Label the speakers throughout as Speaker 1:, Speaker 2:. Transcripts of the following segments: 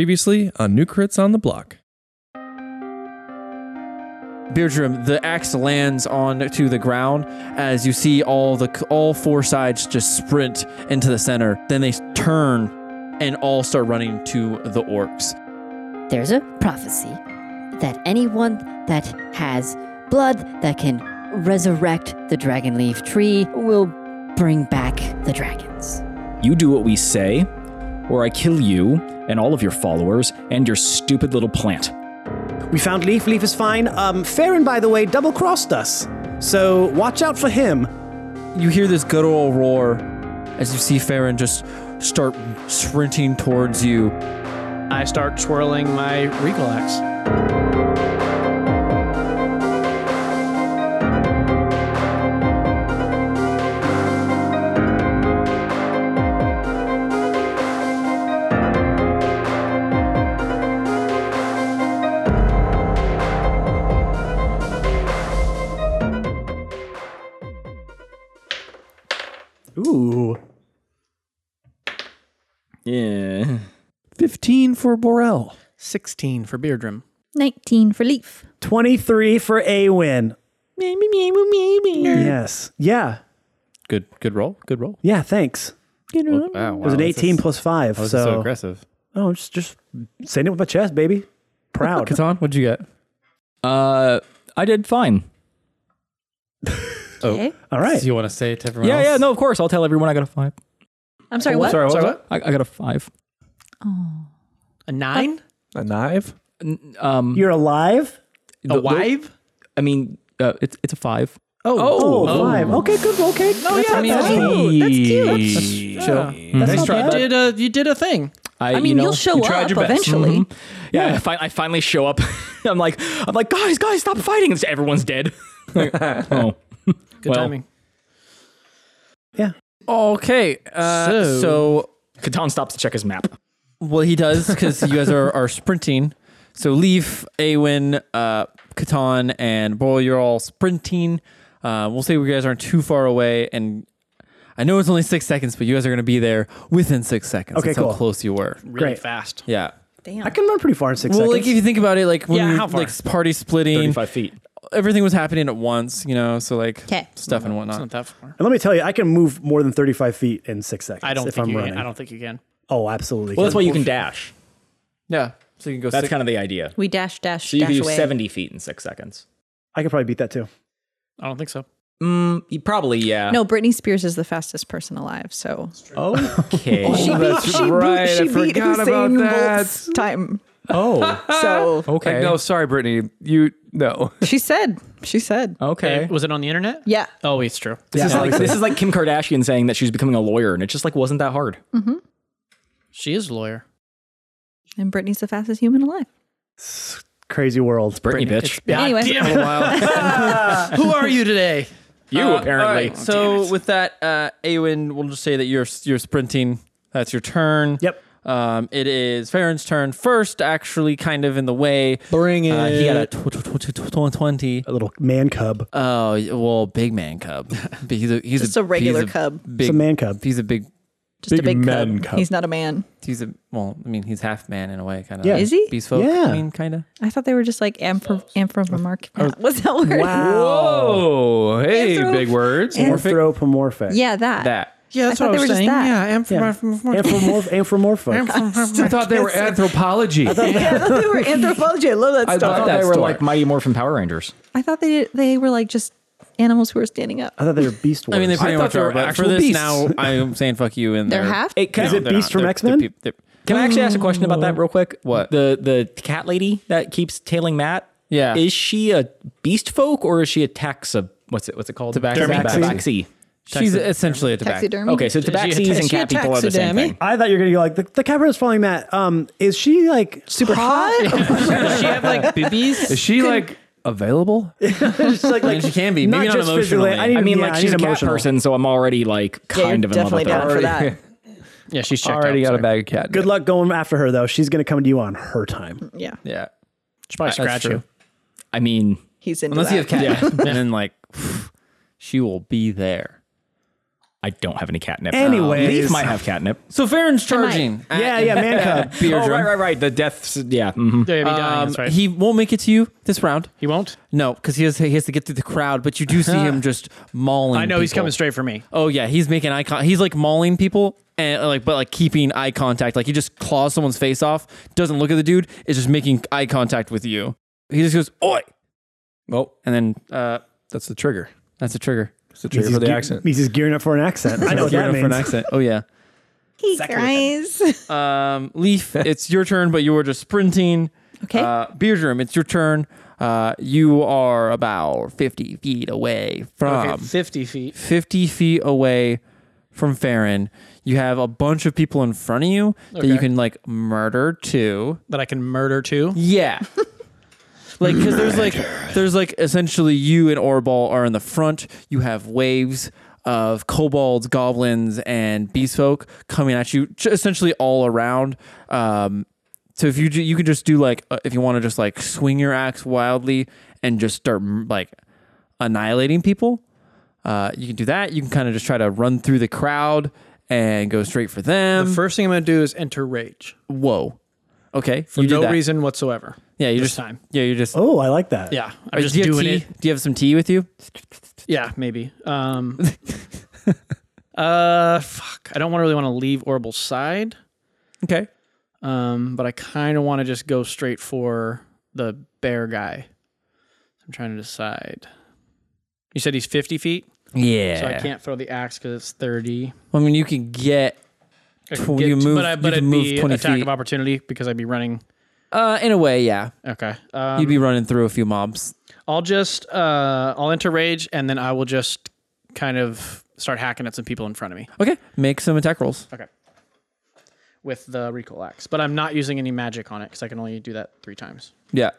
Speaker 1: Previously on New Crits on the Block.
Speaker 2: Beardrum, the axe lands onto the ground as you see all the all four sides just sprint into the center. Then they turn and all start running to the orcs.
Speaker 3: There's a prophecy that anyone that has blood that can resurrect the dragonleaf tree will bring back the dragons.
Speaker 4: You do what we say, or I kill you and all of your followers and your stupid little plant.
Speaker 5: We found Leaf. Leaf is fine. Um, Farron, by the way, double crossed us. So watch out for him.
Speaker 2: You hear this guttural roar as you see Farron just start sprinting towards you.
Speaker 6: I start twirling my regal axe.
Speaker 5: Ooh.
Speaker 4: Yeah.
Speaker 1: 15 for Borel.
Speaker 6: 16 for Beardrum.
Speaker 7: 19 for Leaf.
Speaker 5: 23 for a win. Yes. Yeah.
Speaker 1: Good good roll. Good roll.
Speaker 5: Yeah, thanks.
Speaker 2: Mm-hmm.
Speaker 1: Wow.
Speaker 5: It was an 18 plus 5. So,
Speaker 1: aggressive.
Speaker 5: oh, just, just saying it with my chest, baby. Proud.
Speaker 1: Catan, what'd you get?
Speaker 4: Uh, I did fine.
Speaker 7: Okay.
Speaker 5: All right.
Speaker 6: Do you want to say it to everyone
Speaker 4: yeah, yeah, no, of course. I'll tell everyone I got a five.
Speaker 7: I'm sorry, what?
Speaker 6: Sorry, what?
Speaker 4: I, I got a five.
Speaker 6: A nine?
Speaker 1: A knife?
Speaker 4: Um,
Speaker 5: You're alive?
Speaker 4: the-
Speaker 6: a
Speaker 4: the-
Speaker 6: wife?
Speaker 4: I mean, uh, it's it's a five.
Speaker 5: Oh, alive. Okay, good. Okay. No, that's
Speaker 6: I mean,
Speaker 5: not
Speaker 6: that's
Speaker 5: bad.
Speaker 6: cool.
Speaker 4: Oh, that's cute.
Speaker 5: That's not
Speaker 6: You
Speaker 5: bad.
Speaker 6: did a you did a thing.
Speaker 4: I,
Speaker 7: mean,
Speaker 4: you know,
Speaker 7: you'll show
Speaker 4: you tried
Speaker 7: up
Speaker 4: your best.
Speaker 7: eventually.
Speaker 4: Mhm. Yeah, I, fin- I finally show up. I'm like, I'm like, guys, guys, stop fighting! It's- everyone's dead. Like, oh,
Speaker 6: Good
Speaker 4: Well,
Speaker 6: timing.
Speaker 2: Okay. Uh,
Speaker 6: So-
Speaker 2: so
Speaker 4: Catan stops to check his map.
Speaker 2: Well, he does because you guys are, are sprinting. So Leaf, Awen, uh, Catan, and Boyle, you're all sprinting. Uh, we'll say you guys aren't too far away, and I know it's only six seconds, but you guys are going to be there within six seconds.
Speaker 5: Okay,
Speaker 2: That's
Speaker 5: cool.
Speaker 2: how close you were.
Speaker 6: Really
Speaker 5: Great.
Speaker 6: fast.
Speaker 2: Yeah.
Speaker 7: Damn.
Speaker 5: I can run pretty far in six
Speaker 2: well, like
Speaker 5: seconds.
Speaker 2: if you think about it, like when
Speaker 6: Yeah,
Speaker 2: we
Speaker 6: how
Speaker 2: were
Speaker 6: far?
Speaker 2: like party splitting,
Speaker 4: Thirty-five feet.
Speaker 2: everything was happening at once, you know. So like
Speaker 7: 'Kay.
Speaker 2: stuff and
Speaker 6: It's
Speaker 2: whatnot.
Speaker 6: not that far.
Speaker 5: and let me tell you, I can move more than 35 feet in six seconds
Speaker 6: I don't
Speaker 5: if
Speaker 6: think
Speaker 5: I'm
Speaker 6: you
Speaker 5: running.
Speaker 6: can. I don't think you can.
Speaker 5: oh, absolutely.
Speaker 4: Well, that's
Speaker 5: can.
Speaker 4: why you can dash.
Speaker 2: Yeah. So you can go.
Speaker 4: That's
Speaker 2: six-
Speaker 4: kind of the idea.
Speaker 7: we dash, dash,
Speaker 4: So you
Speaker 7: dash
Speaker 4: can do
Speaker 7: away.
Speaker 4: seventy feet in six seconds.
Speaker 5: I could probably beat that too.
Speaker 6: I don't think so.
Speaker 4: Mm, you probably yeah.
Speaker 7: No, Britney Spears is the fastest person alive. So
Speaker 4: Okay.
Speaker 7: she beat, she
Speaker 1: right, I
Speaker 7: beat, she beat
Speaker 1: forgot about
Speaker 7: Usain
Speaker 1: that.
Speaker 7: Bolt's time.
Speaker 4: oh.
Speaker 7: So
Speaker 4: Okay.
Speaker 1: Like, no, sorry, Brittany. You no.
Speaker 7: she said, she said,
Speaker 4: Okay.
Speaker 6: Was it on the internet?
Speaker 7: yeah.
Speaker 6: Oh, it's true.
Speaker 4: This is like this is like Kim Kardashian saying that she's becoming a lawyer, and it just like wasn't that hard.
Speaker 6: She is a lawyer.
Speaker 7: mm-hmm. And Britney's the fastest human alive.
Speaker 5: Crazy world.
Speaker 4: Brittany, bitch,
Speaker 6: It's- God
Speaker 7: Anyway.
Speaker 6: damn it.
Speaker 4: Ah.
Speaker 6: Who are you today?
Speaker 4: you
Speaker 2: Uh,
Speaker 4: apparently.
Speaker 2: all right, so with that, uh, Awen, we'll just say that you're you're sprinting. That's your turn.
Speaker 5: Yep.
Speaker 2: Um, it is Farron's turn first, actually, kind of in the way.
Speaker 6: Bring
Speaker 2: Uh, he got a tw- tw- tw- tw- tw- twenty.
Speaker 5: A little man cub.
Speaker 2: Oh y- well, big man cub. But he's a he's
Speaker 7: Just a regular
Speaker 2: he's
Speaker 7: cub.
Speaker 2: Big,
Speaker 5: It's a man cub.
Speaker 2: He's a big.
Speaker 7: Just a
Speaker 1: Big
Speaker 7: big
Speaker 1: man
Speaker 7: cub.
Speaker 1: cub.
Speaker 7: He's not a man.
Speaker 2: He's a well. I mean, he's half man in a way, kind of.
Speaker 5: Yeah.
Speaker 7: Is he?
Speaker 2: Beast folk.
Speaker 5: Yeah.
Speaker 2: I mean, kind of.
Speaker 7: I thought they were just like amphro- amphipomorphic. What's that
Speaker 1: Whoa.
Speaker 7: word?
Speaker 2: Oh.
Speaker 1: Hey,
Speaker 7: Anthro-
Speaker 1: big words.
Speaker 5: Anthropomorphic.
Speaker 7: Yeah, that.
Speaker 2: That.
Speaker 6: Yeah,
Speaker 7: I thought they were just that.
Speaker 5: Yeah. Anthropomorph- anthropomorphic.
Speaker 1: I thought they were anthropology.
Speaker 7: I thought they were anthropology. I love that
Speaker 1: I
Speaker 7: stuff.
Speaker 1: love
Speaker 4: I thought
Speaker 1: that
Speaker 4: they were
Speaker 1: story.
Speaker 4: like Mighty Morphin Power Rangers.
Speaker 7: I thought they they were like just animals who were standing up.
Speaker 5: I thought they were beast wars.
Speaker 2: I mean, they pretty
Speaker 1: thought
Speaker 2: much
Speaker 1: they
Speaker 2: are.
Speaker 1: were
Speaker 2: But for
Speaker 1: actual
Speaker 2: this
Speaker 1: beasts.
Speaker 2: now, I'm saying fuck you. And
Speaker 7: They're half.
Speaker 4: Hey, can,
Speaker 5: Is it Beast from X Men?
Speaker 4: can I actually ask a question about that real quick?
Speaker 2: What?
Speaker 4: the the cat lady that keeps tailing Matt?
Speaker 2: Yeah.
Speaker 4: Is she a beast folk or is she a taxa? What's it? What's it called?
Speaker 2: Tabaxi. Tabaxi.
Speaker 4: Tabaxi.
Speaker 2: She's essentially a tabaxi.
Speaker 7: Taxidermy.
Speaker 4: Okay, so tabaxis and
Speaker 6: she a
Speaker 4: cat people are the same
Speaker 6: taxidermy?
Speaker 4: thing.
Speaker 5: I thought you were gonna go like the, the camera's following Matt. Um, is she like
Speaker 7: Super hot.
Speaker 6: Does she have like boobies?
Speaker 1: Is she like available?
Speaker 5: just like,
Speaker 2: mean, she can be. Maybe not
Speaker 5: just physically.
Speaker 2: emotionally.
Speaker 5: I, need,
Speaker 4: I mean,
Speaker 5: yeah,
Speaker 4: like
Speaker 5: I
Speaker 4: she's
Speaker 5: need
Speaker 4: a cat
Speaker 5: emotional.
Speaker 4: person, so I'm already like
Speaker 7: Yeah, you're
Speaker 4: kind of in love
Speaker 7: definitely
Speaker 4: with her.
Speaker 7: down for that.
Speaker 6: Yeah, she's checked
Speaker 1: Already
Speaker 6: out.
Speaker 1: got a
Speaker 6: so
Speaker 1: bag of cat.
Speaker 5: Good luck going after her though. She's gonna come to you on her time.
Speaker 7: Yeah,
Speaker 2: Yeah.
Speaker 6: She probably
Speaker 2: That's
Speaker 6: scratch you.
Speaker 2: true.
Speaker 4: I mean,
Speaker 7: he's into
Speaker 2: Unless
Speaker 7: that.
Speaker 2: you have cat. Yeah. and then like, she will be there.
Speaker 8: I don't have any catnip.
Speaker 5: Anyways.
Speaker 8: Leaf might have catnip.
Speaker 4: Oh,
Speaker 2: So Farron's charging. at
Speaker 5: Yeah, yeah, man cub.
Speaker 2: Beer
Speaker 8: oh,
Speaker 2: drum.
Speaker 8: right, right, right. The deaths. Yeah.
Speaker 4: mm-hmm.
Speaker 8: mhm.
Speaker 6: Yeah, he'd be dying,
Speaker 2: Um,
Speaker 6: that's right.
Speaker 2: He won't make it to you this round.
Speaker 6: He won't.
Speaker 2: No, because he has he has to get through the crowd. But you do see him just mauling.
Speaker 6: I know he's
Speaker 2: people.
Speaker 6: coming straight for me.
Speaker 2: Oh yeah, he's making eye con- He's like mauling people and uh, like, but like keeping eye contact. Like he just claws someone's face off. Doesn't look at the dude. Is just making eye contact with you. He just goes oi,
Speaker 9: Oh,
Speaker 2: and then uh,
Speaker 9: that's the trigger.
Speaker 2: that's a trigger.
Speaker 9: It's the trigger for the
Speaker 5: gear-
Speaker 9: accent.
Speaker 5: He's just gearing up for an accent. I know what
Speaker 2: Gearing
Speaker 5: that
Speaker 2: up for an
Speaker 5: means.
Speaker 2: accent. Oh yeah.
Speaker 7: He cries.
Speaker 2: Um, Leaf, it's your turn, but you were just sprinting.
Speaker 7: Okay.
Speaker 2: Uh, Beardrum, it's your turn. Uh, you are about 50 feet away from
Speaker 6: Okay, 50 feet.
Speaker 2: 50 feet away from Farron. You have a bunch of people in front of you that you
Speaker 6: Okay.
Speaker 2: can like murder to.
Speaker 6: That I can murder too.
Speaker 2: Yeah. like cuz there's like
Speaker 6: um,
Speaker 2: there's like essentially you and Orball are in the front. You have waves of kobolds, goblins and beastfolk coming at you j- essentially all around. Um so if you ju- you could just do like uh, if you want to just like swing your axe wildly and just start m- like annihilating people, uh, you can do that. You can kind of just try to run through the crowd and go straight for
Speaker 6: The
Speaker 2: them.
Speaker 6: first thing I'm going to do is enter rage
Speaker 2: Whoa. Okay.
Speaker 6: for
Speaker 2: you did
Speaker 6: no
Speaker 2: that.
Speaker 6: reason whatsoever.
Speaker 2: Yeah, you
Speaker 6: this
Speaker 2: just
Speaker 6: time.
Speaker 2: Yeah, you're just
Speaker 5: Oh, I like that.
Speaker 6: Yeah,
Speaker 2: Or
Speaker 6: I'm just
Speaker 2: do you have
Speaker 6: doing
Speaker 2: tea?
Speaker 6: it.
Speaker 2: Do you have some tea with you?
Speaker 6: Yeah, maybe. Um, uh, fuck. I don't wanna really want to leave Orbal's side,
Speaker 2: Okay.
Speaker 6: um, but I kind of want to just go straight for the bear guy. I'm trying to decide. You said he's 50 feet,
Speaker 2: Yeah.
Speaker 6: so I can't throw the axe because it's 30.
Speaker 2: I mean, you can get
Speaker 6: I
Speaker 2: Tw-
Speaker 6: could
Speaker 2: you move-
Speaker 6: but I,
Speaker 2: you
Speaker 6: but
Speaker 2: can
Speaker 6: it'd
Speaker 2: move
Speaker 6: be
Speaker 2: 20
Speaker 6: attack
Speaker 2: feet.
Speaker 6: of opportunity because I'd be running.
Speaker 2: uh in a way, yeah.
Speaker 6: Okay. Um,
Speaker 2: You'd be running through a few mobs.
Speaker 6: I'll just uh, I'll enter rage and then I will just kind of start hacking at some people in front of me
Speaker 2: Okay. Make some attack rolls.
Speaker 6: with the recoil axe. But I'm not using any magic on it because I can only do that three times.
Speaker 2: Yeah.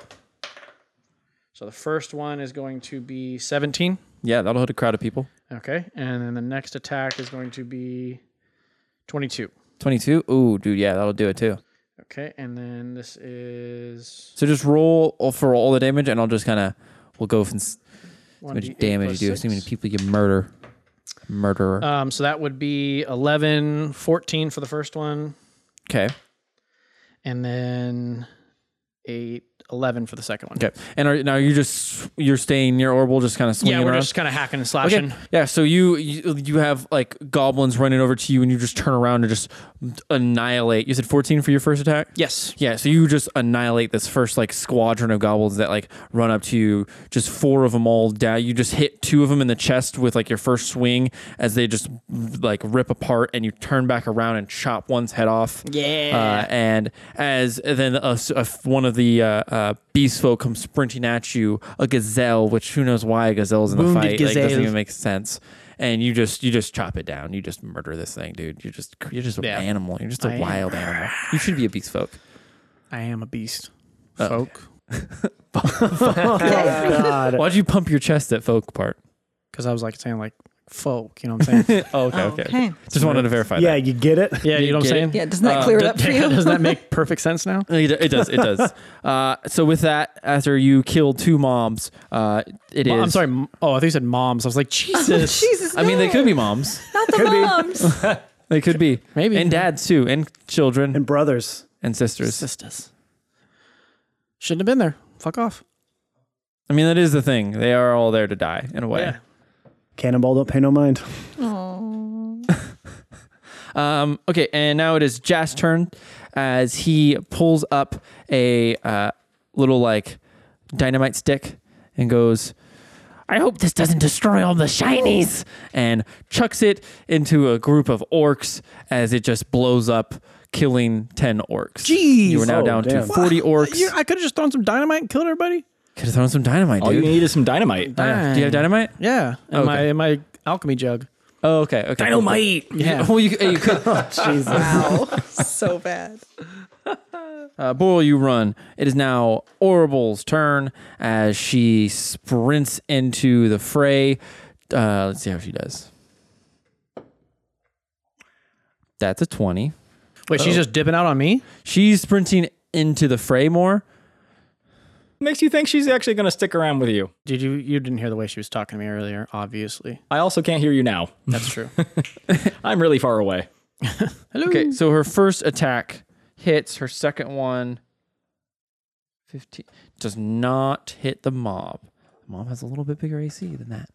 Speaker 6: So the first one is going to be 17.
Speaker 2: Yeah, that'll hit a crowd of people.
Speaker 6: Okay, and then the next attack is going to be 22.
Speaker 2: 22. Ooh, dude, yeah, that'll do it too.
Speaker 6: Okay, and then this is
Speaker 2: So just roll all- for all the damage and I'll just kind of we'll go from s- how
Speaker 6: 1d8
Speaker 2: much damage you
Speaker 6: plus
Speaker 2: do, see how many
Speaker 6: six.
Speaker 2: people you murder. Murderer.
Speaker 6: Um, so that would be 11, 14 for the first one,
Speaker 2: okay.
Speaker 6: and then 8, 11 for the second one.
Speaker 2: Okay. And are now you're just you're staying near Orbital just kind of swinging
Speaker 6: Yeah, we're
Speaker 2: around?
Speaker 6: just kind of hacking and slashing.
Speaker 2: Okay. Yeah. So you, you you have like goblins running over to you, and you just turn around and just annihilate. You said fourteen for your first attack.
Speaker 6: Yes.
Speaker 2: Yeah. So you just annihilate this first like squadron of goblins that like run up to you. Just four of them all down. You just hit two of them in the chest with like your first swing as they just like rip apart, and you turn back around and chop one's head off. Yeah. Uh, and as and then a s- a f- one of the uh, uh, beast folk comes sprinting at you, a gazelle, which who knows why a gazelle's in the
Speaker 6: Wounded
Speaker 2: fight. Like, doesn't
Speaker 6: gazelle.
Speaker 2: even make sense. And you just you just chop it down. You just murder this thing, dude. You're just you're just an
Speaker 6: Yeah.
Speaker 2: animal. You're just a
Speaker 6: I am.
Speaker 2: wild animal. You should be a beast folk.
Speaker 6: I am a beast.
Speaker 2: Oh.
Speaker 6: Folk.
Speaker 5: Oh, God.
Speaker 2: Why'd you pump your chest at folk part?
Speaker 6: Because I was like saying, like, folk, you know what I'm saying?
Speaker 2: Oh, okay,
Speaker 7: Oh,
Speaker 2: okay.
Speaker 7: okay.
Speaker 2: Just wanted to verify
Speaker 5: Yeah, you get it.
Speaker 6: yeah, you know what I'm
Speaker 2: Get it?
Speaker 6: saying?
Speaker 7: Yeah, doesn't that
Speaker 2: Um,
Speaker 7: clear it up for you?
Speaker 6: Doesn't that make perfect sense now?
Speaker 2: that. It, it does. It does. uh, so with that, after you kill two moms, uh, it is.
Speaker 6: Well, I'm sorry. m- Oh, I thought you said moms. I was like, Jesus.
Speaker 7: Jesus,
Speaker 2: I mean, they
Speaker 7: no,
Speaker 2: could be moms.
Speaker 7: not the moms.
Speaker 2: They could be
Speaker 6: Maybe.
Speaker 2: and dads too, and children
Speaker 5: And
Speaker 2: and,
Speaker 5: brothers.
Speaker 2: sisters.
Speaker 6: Sisters. Shouldn't have been there. Fuck off.
Speaker 2: I mean, that is the thing. They are all there to die in a way.
Speaker 6: Yeah.
Speaker 5: Cannonball don't pay no mind.
Speaker 2: Um, okay, and now it is Jack's turn as he pulls up a uh, little like dynamite stick and goes, I hope this doesn't destroy all the shinies, and chucks it into a group of orcs as it just blows up, killing 10 orcs.
Speaker 6: Jeez.
Speaker 2: You are now
Speaker 5: Oh,
Speaker 2: down
Speaker 5: damn.
Speaker 2: to 40 orcs.
Speaker 6: You- I could have just thrown some dynamite and killed everybody.
Speaker 2: Could have thrown some
Speaker 4: Oh,
Speaker 2: dynamite,
Speaker 8: All you
Speaker 2: dude. Oh,
Speaker 8: need is some dynamite.
Speaker 2: Yeah. Do you have dynamite?
Speaker 6: Yeah. In,
Speaker 2: Oh, Okay.
Speaker 6: my, in my alchemy jug.
Speaker 2: Oh, okay. okay. cool, cool.
Speaker 6: Yeah.
Speaker 2: Well, you, you could.
Speaker 7: Wow, so bad.
Speaker 2: Uh, Boyle, you run. It is now Oracle's turn as she sprints into the fray. Uh, let's see how she does. That's a 20. Oh.
Speaker 6: Wait, she's just dipping out on me?
Speaker 2: She's sprinting into the fray more.
Speaker 8: makes you think she's actually going to stick around with you.
Speaker 6: Did you? You didn't hear the way she was talking to me earlier, obviously.
Speaker 8: I also can't hear you now.
Speaker 6: That's true.
Speaker 8: I'm really far away.
Speaker 2: Okay, so her first attack hits, her second one 15 does not hit the mob. The mob has a little bit bigger AC than that.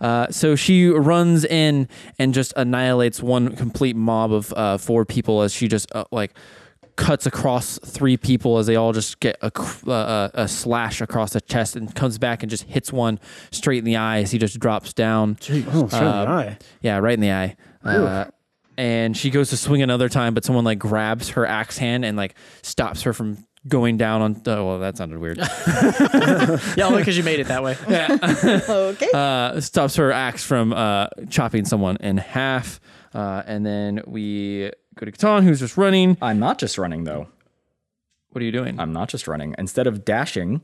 Speaker 2: Uh, so she runs in and just annihilates one complete mob of uh, four people as she just uh, like cuts across three people as they all just get a, cr- uh, uh, a slash across the chest and comes back and just hits one straight in the eye as he just drops down.
Speaker 5: Oh, sure.
Speaker 2: Um, Yeah, right in the eye. Uh, and she goes to swing another time, but someone like grabs her axe hand and like stops her from going down on. Oh, well, that sounded weird.
Speaker 6: yeah, only because you made it that way.
Speaker 7: okay.
Speaker 2: uh, stops her axe from uh, chopping someone in half. Uh, and then we go to Catan, who's just running.
Speaker 8: I'm not just running though.
Speaker 2: What are you doing?
Speaker 8: I'm not just running. Instead of dashing,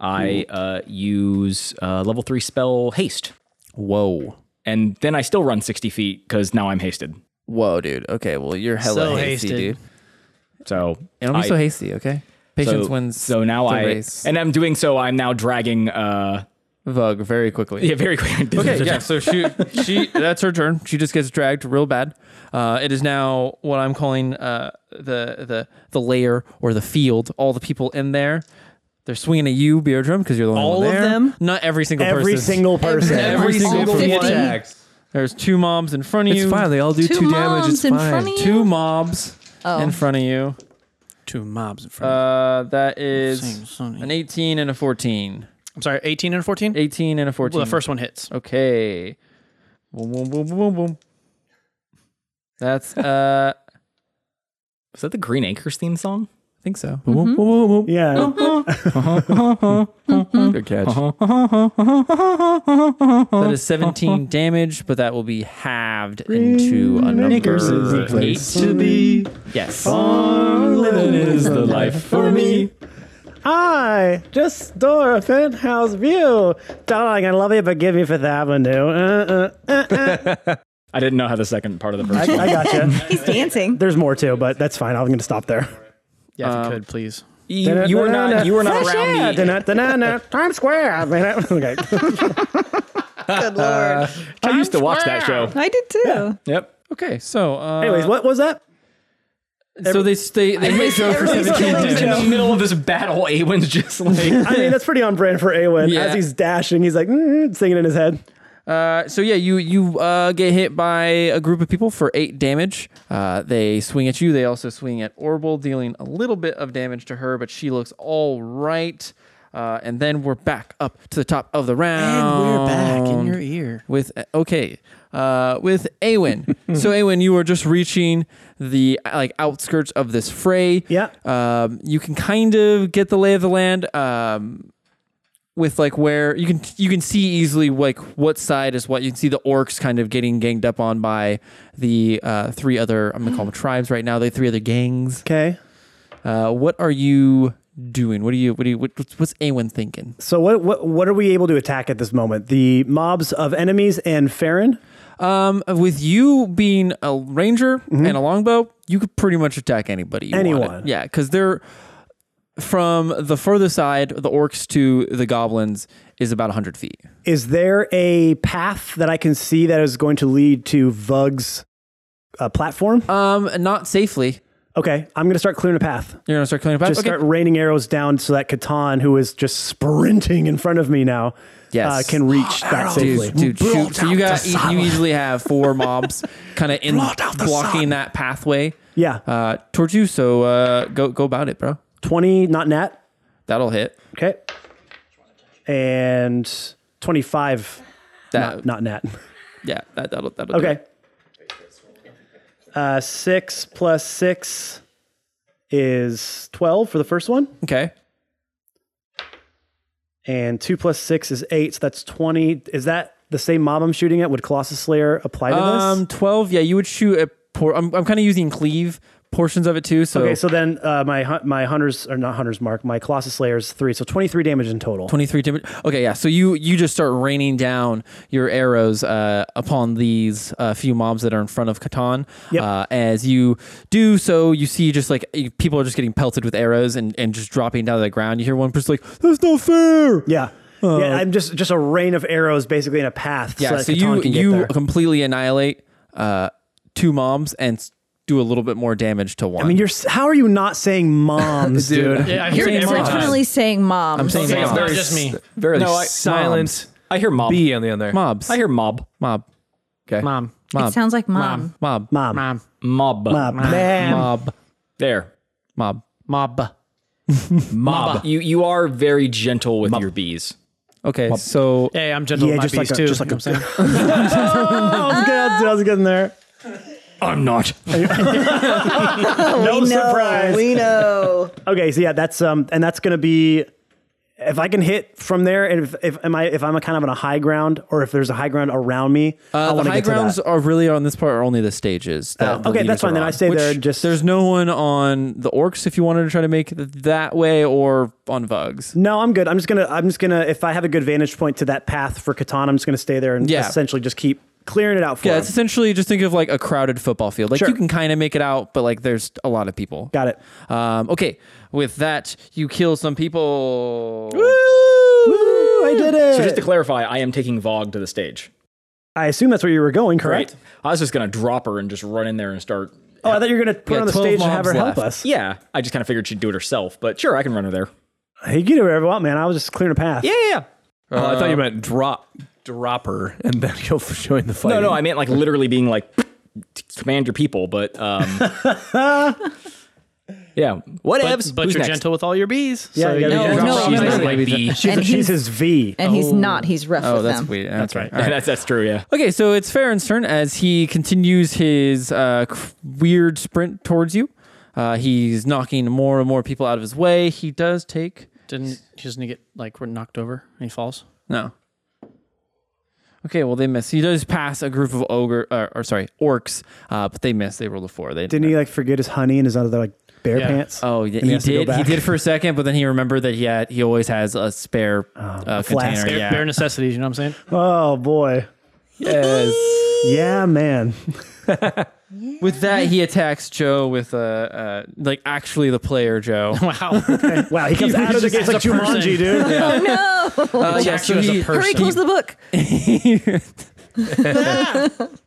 Speaker 8: I uh, use uh, level three spell haste,
Speaker 2: Whoa.
Speaker 8: and then I still run 60 feet because now I'm hasted.
Speaker 2: Whoa, dude. Okay, well, you're hella
Speaker 6: So
Speaker 2: hasty,
Speaker 6: hasted.
Speaker 2: dude.
Speaker 8: So
Speaker 2: And don't be
Speaker 8: I-
Speaker 2: so hasty, okay? Patience
Speaker 8: so-
Speaker 2: wins.
Speaker 8: So now
Speaker 2: the
Speaker 8: I
Speaker 2: race.
Speaker 8: and I'm doing so. I'm now dragging. Uh,
Speaker 2: Vug very quickly.
Speaker 8: yeah, very quick.
Speaker 2: Okay, yeah. So she she that's her turn. She just gets dragged real bad. Uh, it is now what I'm calling uh, the the the layer or the field. All the people in there, they're swinging at you, Beardrum, because you're the only
Speaker 6: All
Speaker 2: one
Speaker 6: of
Speaker 2: there.
Speaker 6: them?
Speaker 2: Not every single
Speaker 5: Every
Speaker 2: person.
Speaker 5: single person.
Speaker 2: Every single
Speaker 7: All
Speaker 2: one.
Speaker 7: 50.
Speaker 2: There's two mobs in front of
Speaker 9: It's
Speaker 2: you.
Speaker 9: fine. They all do
Speaker 7: Two
Speaker 9: two, damage. It's
Speaker 7: moms in
Speaker 9: fine.
Speaker 7: front of you?
Speaker 2: Two mobs
Speaker 7: Oh.
Speaker 2: in front of you.
Speaker 6: Two mobs in front.
Speaker 2: Uh, that
Speaker 6: Same,
Speaker 2: is
Speaker 6: Sony.
Speaker 2: an 18 and a 14.
Speaker 6: I'm sorry, 18 and 14.
Speaker 2: 18 and a 14.
Speaker 6: Well, the first one hits.
Speaker 2: Okay. Boom, boom, boom, boom, boom, boom. That's uh, I
Speaker 8: Is that the Green Acres theme song?
Speaker 2: think so.
Speaker 6: Mm-hmm.
Speaker 5: Yeah.
Speaker 9: Good catch.
Speaker 4: Uh-huh.
Speaker 2: That is
Speaker 5: Uh-huh.
Speaker 2: 17 damage, but that will be halved into a
Speaker 5: Knickers is the
Speaker 2: number eight.
Speaker 5: place to be.
Speaker 2: Yes.
Speaker 5: Living
Speaker 8: is the life for me.
Speaker 5: Hi, just door a penthouse view. Darling, I love you, but give you Fifth Avenue. Uh, uh, uh, uh.
Speaker 8: I didn't know how the second part of the verse.
Speaker 5: I, I gotcha.
Speaker 7: He's dancing.
Speaker 5: There's more too, but that's fine. I'm going to stop there.
Speaker 6: Yeah, if
Speaker 2: Um,
Speaker 6: you could, please.
Speaker 8: You, you were not. You were not around me.
Speaker 5: Da-na-da-na-na, Times Square. I mean, I- okay.
Speaker 7: Good lord.
Speaker 2: uh,
Speaker 8: I used to watch that show.
Speaker 7: I did too.
Speaker 8: Yep.
Speaker 2: Okay, so uh,
Speaker 5: Anyways, what was that?
Speaker 2: so they they they hit Joe for 17 damage.
Speaker 8: In the middle of this battle, Awen's just like.
Speaker 5: I mean, that's pretty on brand for Awen.
Speaker 2: Yeah.
Speaker 5: As he's dashing, he's like mm, singing in his head.
Speaker 2: Uh, so yeah, you you uh, get hit by a group of people for eight damage. Uh, they swing at you. They also swing at Orbital, dealing a little bit of damage to her, but she looks all right. Uh, and then we're back up to the top of the round.
Speaker 6: ear.
Speaker 2: with okay uh, with Awen. so Awen, you are just reaching the like outskirts of this fray.
Speaker 5: Yeah.
Speaker 2: Um, you can kind of get the lay of the land. Um, with like where you can you can see easily like what side is what you can see the orcs kind of getting ganged up on by the uh, three other I'm gonna call them tribes right now the three other gangs.
Speaker 5: Okay.
Speaker 2: Uh, what are you doing? What are you what are you what, what's- what's Awen thinking?
Speaker 5: So what what what are we able to attack at this moment? The mobs of enemies and Farron.
Speaker 2: Um, with you being a ranger and a longbow, you could pretty much attack anybody. You
Speaker 5: Mm-hmm. Anyone.
Speaker 2: wanted. yeah, because they're from the further side, the orcs to the goblins is about hundred feet.
Speaker 5: Is there a path that I can see that is going to lead to Vug's uh, platform?
Speaker 2: Um, not safely.
Speaker 5: Okay, I'm going to start clearing a path.
Speaker 2: You're gonna start clearing a path.
Speaker 5: Just
Speaker 2: okay.
Speaker 5: start raining arrows down so that Catan, who is just sprinting in front of me now,
Speaker 2: Yes.
Speaker 5: uh, can reach that safely.
Speaker 2: Dude, dude, shoot. So you got e- you easily have four mobs kind of in blocking that pathway
Speaker 5: Yeah,
Speaker 2: uh, towards you. So uh, go go about it, bro.
Speaker 5: 20, not nat.
Speaker 2: That'll hit.
Speaker 5: Okay. And 25,
Speaker 2: That
Speaker 5: not nat.
Speaker 2: yeah. That that'll that'll do
Speaker 5: Okay.
Speaker 2: it.
Speaker 5: Uh, 6 plus 6 is 12 for the first one.
Speaker 2: Okay.
Speaker 5: And 2 plus 6 is 8. So that's 20. Is that the same mob I'm shooting at? Would Colossus Slayer apply to
Speaker 2: Um,
Speaker 5: this?
Speaker 2: twelve. Yeah, you would shoot a poor. I'm, I'm kind of using cleave, portions of it too. So,
Speaker 5: Okay, so then uh, my hun- my hunters or not hunters mark my colossus slayers three, so twenty three damage in total.
Speaker 2: 23 damage. Okay, yeah. So you you just start raining down your arrows uh, upon these uh, few mobs that are in front of Catan.
Speaker 5: Yep.
Speaker 2: Uh, as you do so, you see just like you- people are just getting pelted with arrows and, and just dropping down to the ground. You hear one person like, "That's not fair."
Speaker 5: Yeah, yeah, I'm just just a rain of arrows basically in a path.
Speaker 2: Uh, Yeah.
Speaker 5: so, that
Speaker 2: So,
Speaker 5: Catan
Speaker 2: you
Speaker 5: can get
Speaker 2: you
Speaker 5: there.
Speaker 2: completely annihilate uh, two mobs and s- do a little bit more damage to one.
Speaker 5: I mean, you're s- how are you not saying moms, dude?
Speaker 6: Yeah, I hear
Speaker 2: saying
Speaker 6: it every
Speaker 2: moms.
Speaker 6: time.
Speaker 7: Definitely saying mom.
Speaker 2: I'm saying
Speaker 6: Okay, it's
Speaker 2: moms.
Speaker 6: not just me.
Speaker 9: Very
Speaker 1: No, I-
Speaker 9: silent
Speaker 8: I hear mob.
Speaker 1: B on the end there.
Speaker 2: mobs.
Speaker 8: I hear mob.
Speaker 2: mob.
Speaker 9: Okay.
Speaker 6: Mom,
Speaker 7: It sounds like mom.
Speaker 2: Mob.
Speaker 5: Mom,
Speaker 6: mom,
Speaker 8: Mob.
Speaker 5: mom, man.
Speaker 2: Mob.
Speaker 8: There.
Speaker 2: Mob.
Speaker 6: mob.
Speaker 8: Mob. You you are very gentle with your bees.
Speaker 2: Okay. So
Speaker 6: Hey, I'm gentle
Speaker 5: Yeah,
Speaker 6: with my
Speaker 5: just like
Speaker 6: bees
Speaker 5: a-
Speaker 6: too.
Speaker 5: just like
Speaker 6: you know
Speaker 5: a-
Speaker 6: what I'm saying?
Speaker 5: I was good. I was getting there.
Speaker 8: I'm not.
Speaker 5: No surprise.
Speaker 4: We know.
Speaker 5: Okay, so yeah, that's um, and that's gonna be if I can hit from there, and if, if am I if I'm a kind of on a high ground, or if there's a high ground around me, I
Speaker 2: Uh,
Speaker 5: want
Speaker 2: the
Speaker 5: to
Speaker 2: high
Speaker 5: get to
Speaker 2: grounds
Speaker 5: that.
Speaker 2: are really on this part are only the stages. that
Speaker 5: Oh,
Speaker 2: the
Speaker 5: okay,
Speaker 2: leaders
Speaker 5: that's fine,
Speaker 2: are
Speaker 5: then I
Speaker 2: on,
Speaker 5: stay
Speaker 2: which
Speaker 5: there and just-
Speaker 2: there's no one on the orcs if you wanted to try to make it that way or on Vugs.
Speaker 5: No, I'm good. I'm just gonna I'm just gonna if I have a good vantage point to that path for Katana, I'm just gonna stay there and
Speaker 2: Yeah.
Speaker 5: essentially just keep clearing it out for
Speaker 2: Yeah,
Speaker 5: him.
Speaker 2: it's essentially just think of like a crowded football field. Like
Speaker 5: Sure.
Speaker 2: you can kind of make it out, but like there's a lot of people.
Speaker 5: Got it.
Speaker 2: Um, okay, with that you kill some people.
Speaker 5: Woo! I did it.
Speaker 8: So just to clarify, I am taking Vogue to the stage.
Speaker 5: I assume that's where you were going, correct?
Speaker 8: I was just gonna drop her and just run in there and start.
Speaker 5: Oh, I thought you were gonna put
Speaker 2: Yeah,
Speaker 5: her on the
Speaker 2: 12
Speaker 5: stage and have her
Speaker 2: mobs
Speaker 5: help
Speaker 2: left.
Speaker 5: us.
Speaker 8: Yeah, I just kind of figured she'd do it herself, but sure, I can run her there.
Speaker 5: Hey, you can do whatever you want, man. I was just clearing a path.
Speaker 8: Yeah, yeah.
Speaker 1: Oh, I thought you meant drop, dropper, and then you'll join the fight.
Speaker 8: No, no, I meant like literally being like command your people, but um, yeah, whatevs.
Speaker 6: But, but
Speaker 8: Who's
Speaker 6: you're
Speaker 8: next?
Speaker 6: gentle with all your bees.
Speaker 5: Yeah,
Speaker 6: so
Speaker 5: you gotta be
Speaker 6: you
Speaker 5: gentle.
Speaker 6: drop
Speaker 7: No,
Speaker 6: she's
Speaker 7: no,
Speaker 6: nice
Speaker 7: no.
Speaker 6: like bee.
Speaker 5: She's,
Speaker 7: And
Speaker 5: she's
Speaker 7: he's-
Speaker 5: his V.
Speaker 7: And he's not. He's rough
Speaker 2: Oh,
Speaker 7: with
Speaker 2: that's
Speaker 7: them.
Speaker 2: weird. That's right. All right.
Speaker 8: that's that's true. Yeah.
Speaker 2: Okay, so it's Farron's turn as he continues his uh, cr- weird sprint towards you. Uh, he's knocking more and more people out of his way. He does take
Speaker 6: Didn't she doesn't get like knocked over and he falls?
Speaker 2: no. Okay, well they miss. He does pass a group of ogre or, or sorry orcs, uh, but they miss. They rolled a four. They
Speaker 5: Didn't he like forget his honey and his other like bear
Speaker 6: Yeah.
Speaker 5: pants?
Speaker 2: Oh, yeah,
Speaker 5: And
Speaker 2: he
Speaker 5: has to go
Speaker 2: did. He
Speaker 5: back.
Speaker 2: did for a second, but then he remembered that he had, he always has a spare uh,
Speaker 5: Oh, flask.
Speaker 2: container.
Speaker 6: Bare,
Speaker 2: Yeah.
Speaker 6: bare necessities, you know what I'm saying?
Speaker 5: Oh boy.
Speaker 2: Yes.
Speaker 5: Yeah, man.
Speaker 2: With that, he attacks Joe with uh, uh, like actually the player Joe.
Speaker 6: Wow.
Speaker 5: Wow, he comes out of the gate it's like
Speaker 6: just a person.
Speaker 5: Jumanji, dude.
Speaker 2: Uh, yeah, so
Speaker 6: you as a
Speaker 2: he-
Speaker 6: person.
Speaker 7: Hurry, close the book.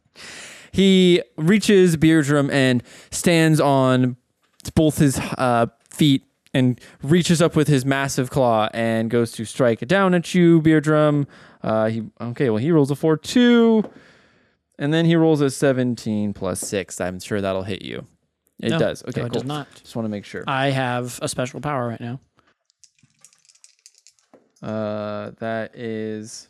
Speaker 2: he reaches Beardrum and stands on both his uh, feet and reaches up with his massive claw and goes to strike down at you, Beardrum. Uh, he okay, well he rolls a four two, and then he rolls a seventeen plus six. I'm sure that'll hit you. It
Speaker 6: No.
Speaker 2: does. Okay,
Speaker 6: No, it
Speaker 2: cool.
Speaker 6: does not. Uh,
Speaker 2: Just want to make sure.
Speaker 6: I have a special power right now.
Speaker 2: Uh, that is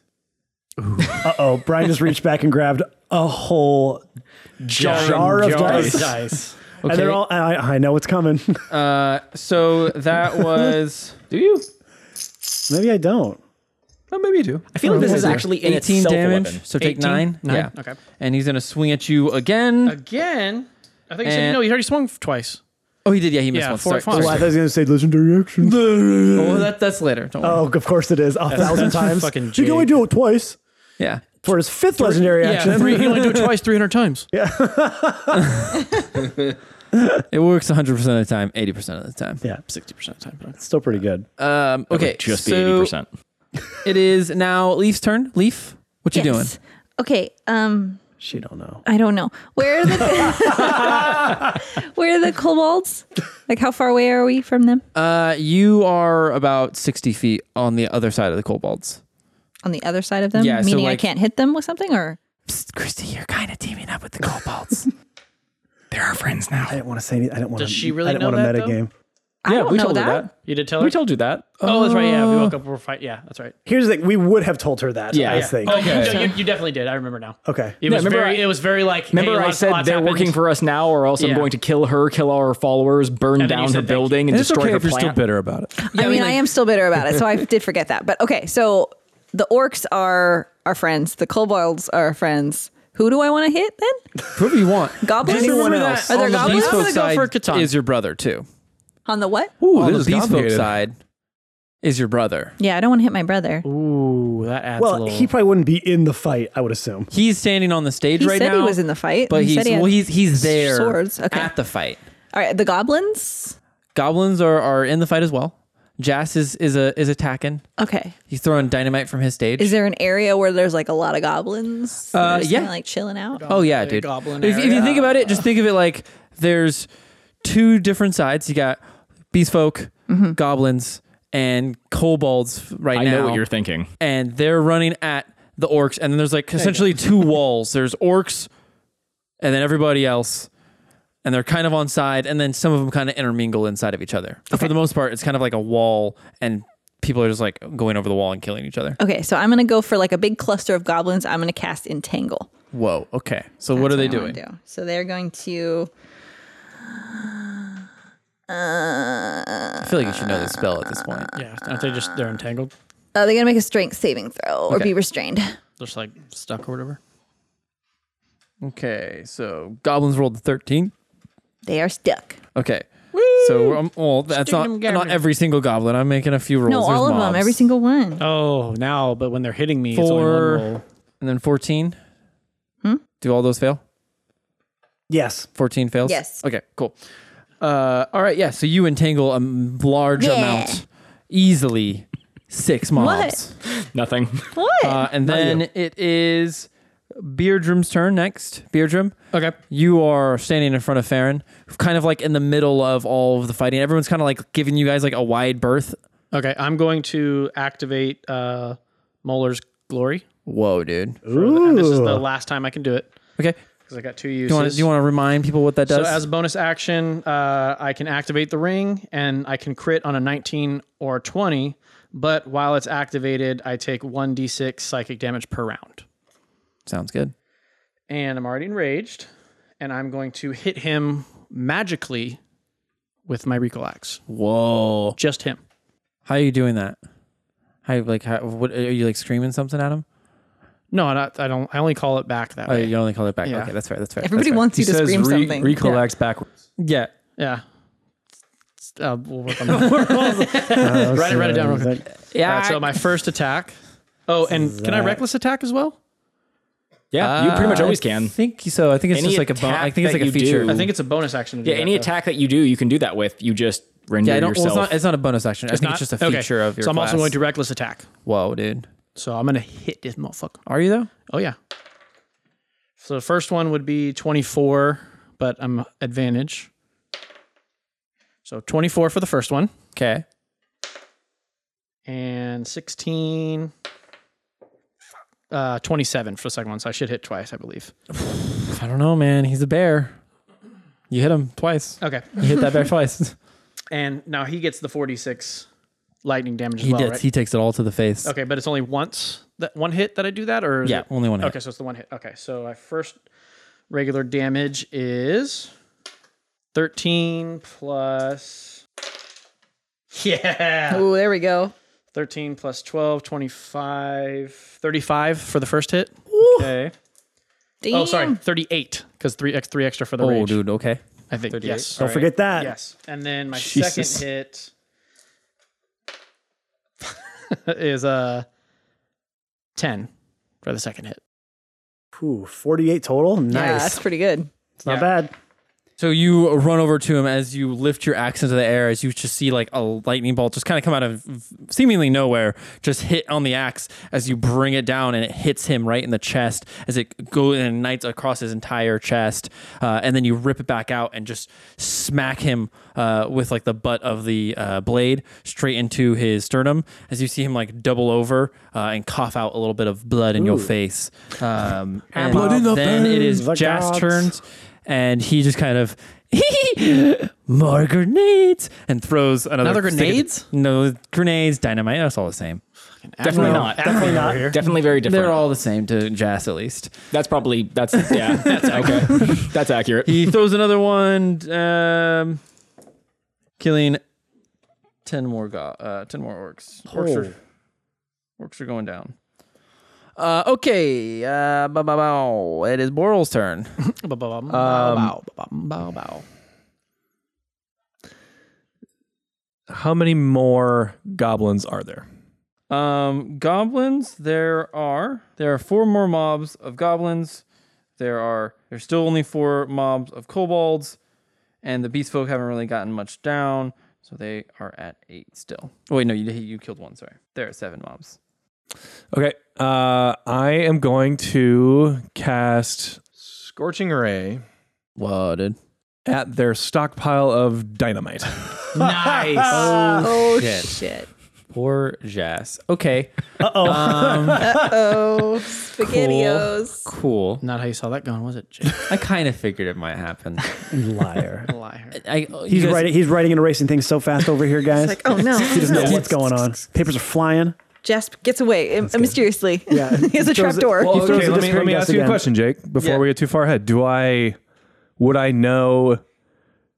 Speaker 5: Uh oh, Brian just reached back and grabbed a whole jar, of dice.
Speaker 6: Dice.
Speaker 5: And they're all, I, I know what's coming.
Speaker 2: uh, so that was
Speaker 1: Do you?
Speaker 5: Maybe I don't.
Speaker 1: Oh, maybe you do.
Speaker 8: I feel like this is actually in
Speaker 2: 18
Speaker 8: itself a
Speaker 2: damage.
Speaker 8: weapon.
Speaker 2: So take
Speaker 6: 18?
Speaker 2: nine.
Speaker 6: Nine?
Speaker 2: Yeah. Uh,
Speaker 6: Okay.
Speaker 2: And he's gonna swing at you again.
Speaker 6: Again? I think you
Speaker 2: And-
Speaker 6: said no, he already swung twice.
Speaker 2: Oh, he did. Yeah, he missed
Speaker 6: Yeah,
Speaker 2: one.
Speaker 6: four
Speaker 2: Sorry,
Speaker 6: fine.
Speaker 5: Oh,
Speaker 2: sorry.
Speaker 5: I thought I was going to say legendary action.
Speaker 2: Oh, that, that's later. Don't worry.
Speaker 5: oh, of course it is. A thousand times.
Speaker 6: fucking
Speaker 5: You can only do it twice
Speaker 2: Yeah.
Speaker 5: for his fifth legendary
Speaker 6: Yeah,
Speaker 5: action.
Speaker 6: three, he only do it twice, three hundred times.
Speaker 2: It works 100% of the time, 80% of the time.
Speaker 5: Yeah,
Speaker 6: Sixty percent of the time.
Speaker 5: still pretty good.
Speaker 2: Um, okay.
Speaker 8: Just be
Speaker 2: so
Speaker 8: eighty percent.
Speaker 2: It is now Leaf's turn. Leaf, what you doing?
Speaker 7: Yes. Okay. Um,
Speaker 5: She don't know.
Speaker 7: I don't know. Where are the Where are the kobolds? Like how far away are we from them?
Speaker 2: Uh, you are about 60 feet on the other side of the kobolds.
Speaker 7: On the other side of them?
Speaker 2: Yeah, so,
Speaker 7: Meaning
Speaker 2: like-
Speaker 7: I can't hit them with something or
Speaker 2: Psst, Christy, you're kind of teaming up with the kobolds.
Speaker 8: They're our friends now.
Speaker 5: I didn't want to say anything. I didn't want
Speaker 6: Does
Speaker 5: to.
Speaker 6: she really
Speaker 5: I didn't
Speaker 6: know
Speaker 5: want to
Speaker 6: that, though?
Speaker 5: metagame.
Speaker 7: I don't know that.
Speaker 6: You did tell her?
Speaker 8: We told you that.
Speaker 6: oh, that's right. Yeah, we woke up. We're fight. Yeah, that's right.
Speaker 5: Here's the thing. We would have told her that,
Speaker 8: Yeah.
Speaker 5: I
Speaker 8: Yeah.
Speaker 5: think.
Speaker 6: Oh, okay. you, you definitely did. I remember now.
Speaker 5: Okay.
Speaker 6: It
Speaker 8: No,
Speaker 6: was
Speaker 8: remember
Speaker 6: very.
Speaker 8: I-
Speaker 6: it was very like. hey,
Speaker 8: Remember, I
Speaker 6: lots-
Speaker 8: said
Speaker 6: lots
Speaker 8: they're
Speaker 6: happened.
Speaker 8: working for us now, or else
Speaker 6: Yeah.
Speaker 8: I'm going to kill her, kill all her followers, burn
Speaker 6: And then you
Speaker 8: down her
Speaker 6: said thank you.
Speaker 8: building, and
Speaker 1: And it's
Speaker 8: destroy
Speaker 1: okay
Speaker 8: her
Speaker 1: if you're still
Speaker 8: plant.
Speaker 1: bitter about it.
Speaker 7: I mean, I am still bitter about it, so I did forget that. But okay, so the orcs are our friends, the kobolds are our friends. Who do I want to hit then?
Speaker 2: Whoever you want.
Speaker 7: Goblins?
Speaker 5: Anyone
Speaker 6: Remember
Speaker 5: else?
Speaker 6: that
Speaker 7: Are there
Speaker 6: on the
Speaker 7: goblins?
Speaker 6: Beast
Speaker 7: I'm
Speaker 6: Folk
Speaker 7: gonna
Speaker 2: side
Speaker 6: go for Catan.
Speaker 2: is your brother too.
Speaker 7: On the what?
Speaker 1: Ooh,
Speaker 2: On
Speaker 1: this is
Speaker 2: the beast folk
Speaker 1: complicated.
Speaker 2: side is your brother.
Speaker 7: Yeah, I don't want to hit my brother.
Speaker 6: Ooh, that adds a
Speaker 5: Well,
Speaker 6: little.
Speaker 5: he probably wouldn't be in the fight, I would assume.
Speaker 2: He's standing on the stage
Speaker 7: He
Speaker 2: right
Speaker 7: said
Speaker 2: now.
Speaker 7: he was in the fight.
Speaker 2: but
Speaker 7: He
Speaker 2: he's
Speaker 7: said he had-
Speaker 2: well, he's he's there
Speaker 7: swords. Okay.
Speaker 2: at the fight.
Speaker 7: All right, the goblins.
Speaker 2: Goblins are, are in the fight as well. Jas is is a is attacking.
Speaker 7: Okay,
Speaker 2: He's throwing dynamite from his stage.
Speaker 7: is there an area where there's like a lot of goblins?
Speaker 2: Uh,
Speaker 7: They're just
Speaker 2: yeah.
Speaker 7: kinda, like chilling out.
Speaker 2: Oh yeah,
Speaker 6: Big
Speaker 2: dude.
Speaker 6: goblin
Speaker 2: if, if you
Speaker 6: area.
Speaker 2: think about it, just think of it like there's two different sides. You got beast folk,
Speaker 7: Mm-hmm.
Speaker 2: goblins, and kobolds right
Speaker 8: I
Speaker 2: now,
Speaker 8: know what you're thinking.
Speaker 2: and they're running at the orcs. And then there's like essentially two walls. There's orcs, and then everybody else, and they're kind of on side. And then some of them kind of intermingle inside of each other. But for the most part, it's kind of like a wall, and people are just like going over the wall and killing each other.
Speaker 7: Okay, so I'm gonna go for like a big cluster of goblins. I'm gonna cast entangle.
Speaker 2: Whoa. Okay. So what
Speaker 7: That's
Speaker 2: are they
Speaker 7: I wanna
Speaker 2: doing?
Speaker 7: do. So they're going to.
Speaker 2: I feel like you should know this spell at this point.
Speaker 6: yeah, aren't they just they're entangled,
Speaker 7: Oh, they're gonna make a strength saving throw or
Speaker 2: Okay.
Speaker 7: be restrained.
Speaker 6: just like stuck or whatever?
Speaker 2: Okay, so goblins rolled the 13.
Speaker 7: They are stuck.
Speaker 2: Okay. So we're- um, well, that's not not every single goblin. I'm making a few rolls.
Speaker 7: No,
Speaker 2: There's
Speaker 7: all of
Speaker 2: mobs. Uh,
Speaker 7: them, every single one.
Speaker 6: Oh, now, but when they're hitting me, it's only one
Speaker 2: Four.
Speaker 6: roll.
Speaker 2: And then 14.
Speaker 7: Hmm?
Speaker 2: Do all those fail?
Speaker 5: Yes.
Speaker 2: 14 fails.
Speaker 7: Yes.
Speaker 2: Okay. Cool. Uh, all right. Yeah. So you entangle a m- large
Speaker 7: Yeah.
Speaker 2: amount, easily six mobs.
Speaker 8: Nothing.
Speaker 7: What?
Speaker 2: Uh, and then it is Beardrum's turn next. Beardrum.
Speaker 6: Okay.
Speaker 2: you are standing in front of Farron, kind of like in the middle of all of the fighting. Everyone's kind of like giving you guys like a wide berth.
Speaker 6: Okay, I'm going to activate uh Molar's Glory.
Speaker 2: Whoa, dude.
Speaker 6: for the- and this is the last time I can do it
Speaker 2: Okay.
Speaker 6: because I got two uses.
Speaker 2: Do you want to, do you want to remind people what that
Speaker 6: so
Speaker 2: does?
Speaker 6: as a bonus action, uh, I can activate the ring and I can crit on a 19 or 20, but while it's activated, I take 1d6 psychic damage per round.
Speaker 2: Sounds good.
Speaker 6: And I'm already enraged, and I'm going to hit him magically with my Recall Axe.
Speaker 2: Whoa.
Speaker 6: Just him.
Speaker 2: How are you doing that? How you like? How, what are you like screaming something at him?
Speaker 6: No, I don't- I don't. I only call it back that
Speaker 2: Oh,
Speaker 6: way.
Speaker 2: you only call it back.
Speaker 6: Yeah.
Speaker 2: Okay, that's fair. That's fair.
Speaker 7: Everybody
Speaker 2: that's fair.
Speaker 7: wants
Speaker 1: He
Speaker 7: you to
Speaker 1: says
Speaker 7: scream
Speaker 1: re-
Speaker 7: something.
Speaker 1: recoil acts backwards.
Speaker 2: Yeah.
Speaker 6: Yeah. It's- Uh, we'll work on that. write it, write it down real quick.
Speaker 2: Yeah.
Speaker 6: All right, so my first attack. Oh, and can I reckless attack as well?
Speaker 8: Yeah, you pretty much
Speaker 6: Uh,
Speaker 8: always
Speaker 2: I
Speaker 8: can.
Speaker 2: think so. I think it's
Speaker 8: Any
Speaker 2: just like a. Bon-
Speaker 8: attack
Speaker 2: I think it's
Speaker 8: that
Speaker 2: like a
Speaker 8: you
Speaker 2: feature.
Speaker 8: do-
Speaker 6: I think it's a bonus action. To do
Speaker 8: Yeah,
Speaker 6: that,
Speaker 8: any
Speaker 6: though.
Speaker 8: attack that you do, you can do that with. You just render
Speaker 2: yeah, I don't. Well, it's
Speaker 8: yourself.
Speaker 2: not. It's not a bonus action. I think
Speaker 6: Not-
Speaker 2: it's just a
Speaker 6: okay.
Speaker 2: feature of your.
Speaker 6: So I'm also
Speaker 2: class.
Speaker 6: going to reckless attack.
Speaker 2: Whoa, dude.
Speaker 6: So I'm gonna hit this motherfucker.
Speaker 2: Are you though?
Speaker 6: Oh yeah. So the first one would be 24, but I'm advantage. So 24 for the first one,
Speaker 2: Okay.
Speaker 6: and 16, uh, 27 for the second one. So I should hit twice, I believe.
Speaker 2: I don't know, man. He's a bear. You hit him twice.
Speaker 6: Okay.
Speaker 2: You hit that bear twice.
Speaker 6: And now he gets the 46 lightning damage as
Speaker 2: He
Speaker 6: well,
Speaker 2: did.
Speaker 6: right?
Speaker 2: He takes it all to the face.
Speaker 6: okay, but it's only once that one hit that I do that, or is
Speaker 2: Yeah,
Speaker 6: it-
Speaker 2: only one hit.
Speaker 6: Okay, so it's the one hit. Okay, so my first regular damage is 13 plus. Yeah.
Speaker 7: Ooh, there we go.
Speaker 6: 13 plus 12, 25, 35 for the first hit. Okay.
Speaker 7: Damn.
Speaker 6: Oh, sorry, 38 because three, ex- three extra for the
Speaker 2: Oh,
Speaker 6: rage.
Speaker 2: dude. Okay.
Speaker 6: I think. Yes.
Speaker 5: Don't forget that.
Speaker 6: Yes. And then my
Speaker 2: Jesus.
Speaker 6: second hit is uh 10 for the second hit.
Speaker 5: Ooh, 48 total.
Speaker 7: Yeah,
Speaker 5: Nice.
Speaker 7: that's pretty good.
Speaker 5: it's not
Speaker 6: yeah.
Speaker 5: bad.
Speaker 2: So you run over to him as you lift your axe into the air, as you just see like a lightning bolt just kind of come out of seemingly nowhere, just hit on the axe as you bring it down, and it hits him right in the chest as it goes and ignites across his entire chest, uh, and then you rip it back out and just smack him uh, with like the butt of the uh, blade straight into his sternum as you see him like double over uh, and cough out a little bit of blood in your face. Um, and
Speaker 5: Blood in the
Speaker 2: then it is
Speaker 5: veins, the
Speaker 2: Jack's
Speaker 5: gods.
Speaker 2: turn and he just kind of more grenades and throws another, stick
Speaker 6: Another
Speaker 2: at the-
Speaker 6: grenades?
Speaker 2: no grenades, dynamite. That's all the same.
Speaker 8: definitely not.
Speaker 5: Definitely not.
Speaker 8: Definitely very different.
Speaker 2: They're all the same to Jas at least.
Speaker 8: that's probably that's yeah. that's okay. That's accurate.
Speaker 2: He throws another one, um, killing Oh.
Speaker 6: Oh.
Speaker 2: ten more go- uh, ten more orcs. Orcs, are, orcs are going down. Uh, okay, uh, bow, bow, bow. it is Boral's turn. Um,
Speaker 6: Bow, bow, bow, bow, bow, bow, bow, bow.
Speaker 1: How many more goblins are there?
Speaker 2: Um, goblins. There are there are four more mobs of goblins. There are there's still only four mobs of kobolds, and the beast folk haven't really gotten much down, so they are at eight still. Oh, wait, no, you you killed one. Sorry, there are seven mobs.
Speaker 1: Okay. Uh, I am going to cast Scorching Ray
Speaker 2: Whoa, dude.
Speaker 1: at their stockpile of dynamite.
Speaker 2: Nice.
Speaker 7: Oh
Speaker 2: shit.
Speaker 7: shit.
Speaker 2: Poor Jazz. Okay. Um,
Speaker 7: Oh, spaghettios.
Speaker 2: Cool.
Speaker 6: Not how you saw that going, was it? Jake?
Speaker 2: I kind of figured it might happen.
Speaker 5: Liar.
Speaker 6: Liar.
Speaker 2: I,
Speaker 5: He's writing. He's writing and erasing things so fast over here, guys.
Speaker 7: Like, oh no.
Speaker 5: he doesn't know what's going on. Papers are flying.
Speaker 7: Jasp gets away im- mysteriously.
Speaker 5: Yeah,
Speaker 7: he has a
Speaker 5: Throws it-
Speaker 7: trapdoor.
Speaker 5: Well, throws
Speaker 1: okay, let
Speaker 5: a
Speaker 1: me, let
Speaker 5: disappearing
Speaker 1: me
Speaker 5: guess
Speaker 1: ask you
Speaker 5: again.
Speaker 1: a question, Jake, before
Speaker 2: Yeah.
Speaker 1: we get too far ahead. Do I, would I know,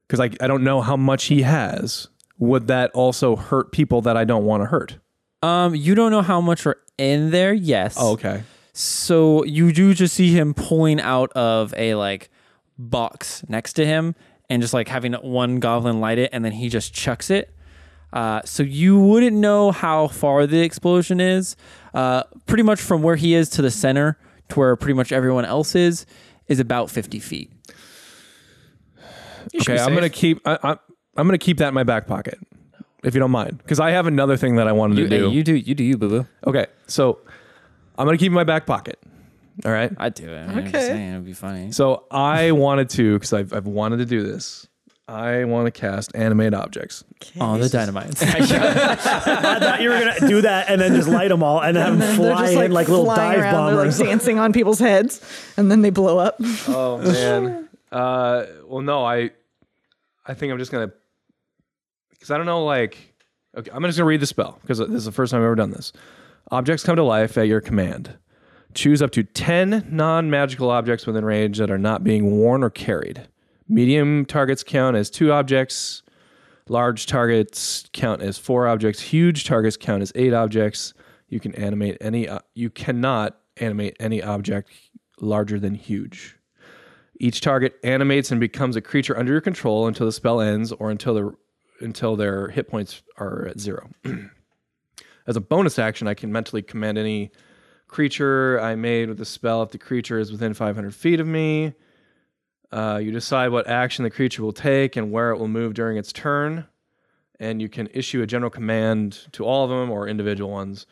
Speaker 1: because I, I don't know how much he has, would that also hurt people that I don't want to hurt?
Speaker 2: Um, you don't know how much are in there. Yes.
Speaker 1: Oh, okay.
Speaker 2: So you do just see him pulling out of a like box next to him and just like having one goblin light it, and then he just chucks it. Uh, so you wouldn't know how far the explosion is. Uh, pretty much from where he is to the center, to where pretty much everyone else is, is about fifty feet.
Speaker 1: okay, I'm gonna keep. I, I, I'm gonna keep that in my back pocket, if you don't mind, because I have another thing that I wanted
Speaker 2: You
Speaker 1: to do.
Speaker 2: hey, you do you do you boo boo.
Speaker 1: okay, so I'm gonna keep it in my back pocket. All right.
Speaker 2: I do it. I mean, okay, I'm just saying, it'd be funny.
Speaker 1: So I wanted to, because I've I've wanted to do this. I want to cast animate objects.
Speaker 2: Oh, the dynamite.
Speaker 5: I thought you were gonna do that and then just light them all and have them fly in like little
Speaker 7: flying
Speaker 5: dive
Speaker 7: around. They're like
Speaker 5: bombers.
Speaker 7: dancing on people's heads, and then they blow up.
Speaker 1: Oh man. uh, well, no, I, I think I'm just gonna, because I don't know, like, okay, I'm just gonna read the spell because this is the first time I've ever done this. Objects come to life at your command. Choose up to ten non-magical objects within range that are not being worn or carried. Medium targets count as two objects. Large targets count as four objects. Huge targets count as eight objects. You can animate any. o- you cannot animate any object larger than huge. Each target animates and becomes a creature under your control until the spell ends or until their until their hit points are at zero. As a bonus action, I can mentally command any creature I made with the spell if the creature is within 500 feet of me. Uh, you decide what action the creature will take and where it will move during its turn, and you can issue a general command to all of them or individual ones.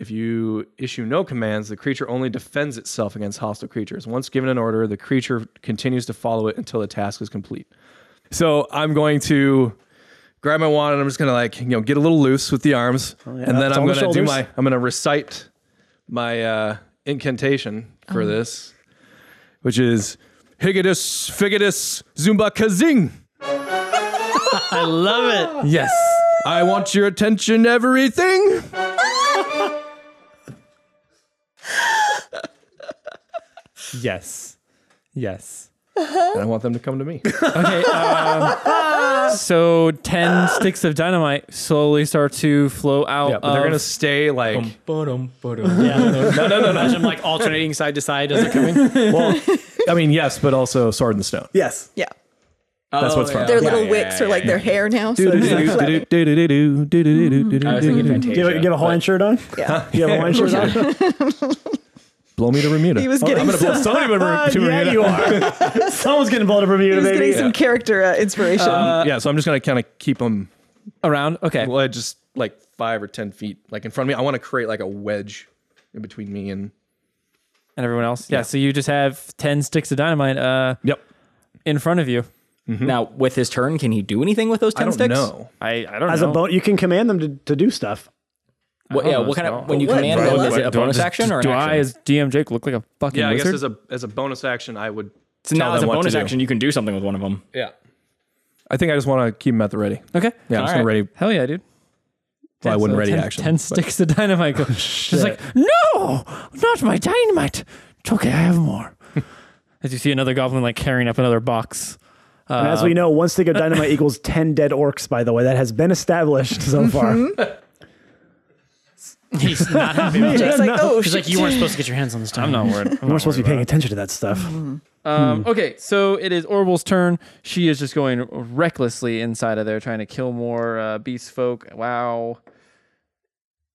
Speaker 1: If you issue no commands, the creature only defends itself against hostile creatures. Once given an order, the creature continues to follow it until the task is complete. So I'm going to grab my wand and I'm just gonna like you know get a little loose with the arms, and then
Speaker 5: Oh, it's
Speaker 1: I'm
Speaker 5: on the
Speaker 1: gonna do
Speaker 5: shoulders.
Speaker 1: my I'm gonna recite my uh, incantation for
Speaker 5: Uh-huh.
Speaker 1: this, which is Higgidus Figgidus Zumba Kazing.
Speaker 6: I love it.
Speaker 1: Yes. I want your attention, everything.
Speaker 9: Yes. Yes.
Speaker 1: And I want them to come to me.
Speaker 2: Okay. um, so ten sticks of dynamite slowly start to flow out.
Speaker 1: Yeah, but they're
Speaker 2: of-
Speaker 1: gonna Um, stay like
Speaker 6: No, no, no. Imagine like alternating side to side as they're coming.
Speaker 1: Well, I mean, yes, but also sword and stone.
Speaker 5: Yes.
Speaker 7: Yeah,
Speaker 1: That's
Speaker 6: Oh,
Speaker 1: what's fun.
Speaker 7: their little wicks are like their hair now. So it's like flapping.
Speaker 1: Mm-hmm.
Speaker 2: Mm-hmm.
Speaker 5: Do you, have- you have a Hawaiian shirt on?
Speaker 7: Yeah.
Speaker 5: You have a Hawaiian shirt on?
Speaker 1: Blow me to Bermuda.
Speaker 7: He was getting
Speaker 1: I'm gonna blow
Speaker 7: some-
Speaker 1: Oh, somebody to Bermuda. to
Speaker 5: Ah, yeah,
Speaker 1: Bermuda.
Speaker 5: you are. Someone's getting blown up from
Speaker 7: he
Speaker 5: you,
Speaker 7: was
Speaker 5: baby.
Speaker 7: getting some character uh, inspiration.
Speaker 1: yeah, so I'm just gonna kind of keep them
Speaker 2: around. Okay.
Speaker 1: well, just like five or ten feet, like in front of me. I want to create like a wedge in between me and.
Speaker 2: and everyone else. Yeah, So you just have ten sticks of dynamite uh,
Speaker 1: Yep.
Speaker 2: in front of you.
Speaker 8: Now, with his turn, can he do anything with those
Speaker 1: I
Speaker 8: ten
Speaker 1: don't
Speaker 8: sticks?
Speaker 1: know.
Speaker 2: I, I don't
Speaker 5: As
Speaker 2: know.
Speaker 5: a boat, you can command them to, to do stuff.
Speaker 8: What,
Speaker 2: don't
Speaker 8: yeah,
Speaker 2: know
Speaker 8: what
Speaker 2: as
Speaker 8: kind
Speaker 2: well.
Speaker 8: of when you
Speaker 7: What?
Speaker 8: command
Speaker 7: Right,
Speaker 8: them?
Speaker 7: what?
Speaker 8: Is it a
Speaker 2: Do I
Speaker 8: bonus
Speaker 2: just-
Speaker 8: action or an
Speaker 2: do
Speaker 8: action?
Speaker 2: I, as DM Jake, look like a fucking
Speaker 1: Yeah, I guess
Speaker 2: wizard?
Speaker 1: as a as a bonus action, I would.
Speaker 8: so now,
Speaker 1: them
Speaker 8: as a
Speaker 1: what to
Speaker 8: bonus
Speaker 1: do.
Speaker 8: action, you can do something with one of them.
Speaker 1: Yeah. I think I just want to keep them at the ready. Yeah, I'm
Speaker 2: okay.
Speaker 1: just gonna
Speaker 8: Alright.
Speaker 1: ready.
Speaker 2: Hell yeah, dude.
Speaker 1: Well, I
Speaker 2: Yeah,
Speaker 1: wouldn't
Speaker 2: so
Speaker 1: ready
Speaker 2: ten,
Speaker 1: action.
Speaker 2: Ten
Speaker 1: but-
Speaker 2: sticks of dynamite. Go, just like no, not my dynamite. It's okay, I have more. as you see another goblin like carrying up another box. Uh,
Speaker 5: And as we know, one stick of dynamite equals
Speaker 10: Mm-hmm.
Speaker 5: 10 dead orcs, by the way. That has been established so far.
Speaker 6: He's not happy. about
Speaker 10: Yeah,
Speaker 6: it.
Speaker 7: Jake's like,
Speaker 10: no.
Speaker 7: oh
Speaker 6: He's
Speaker 7: shit.
Speaker 6: like, you weren't supposed to get your hands on this time.
Speaker 2: I'm not worried.
Speaker 10: We're supposed to be paying attention to that stuff.
Speaker 2: Um, Okay, so it is Orville's turn. She is just going recklessly inside of there, trying to kill more uh, beast folk. Wow.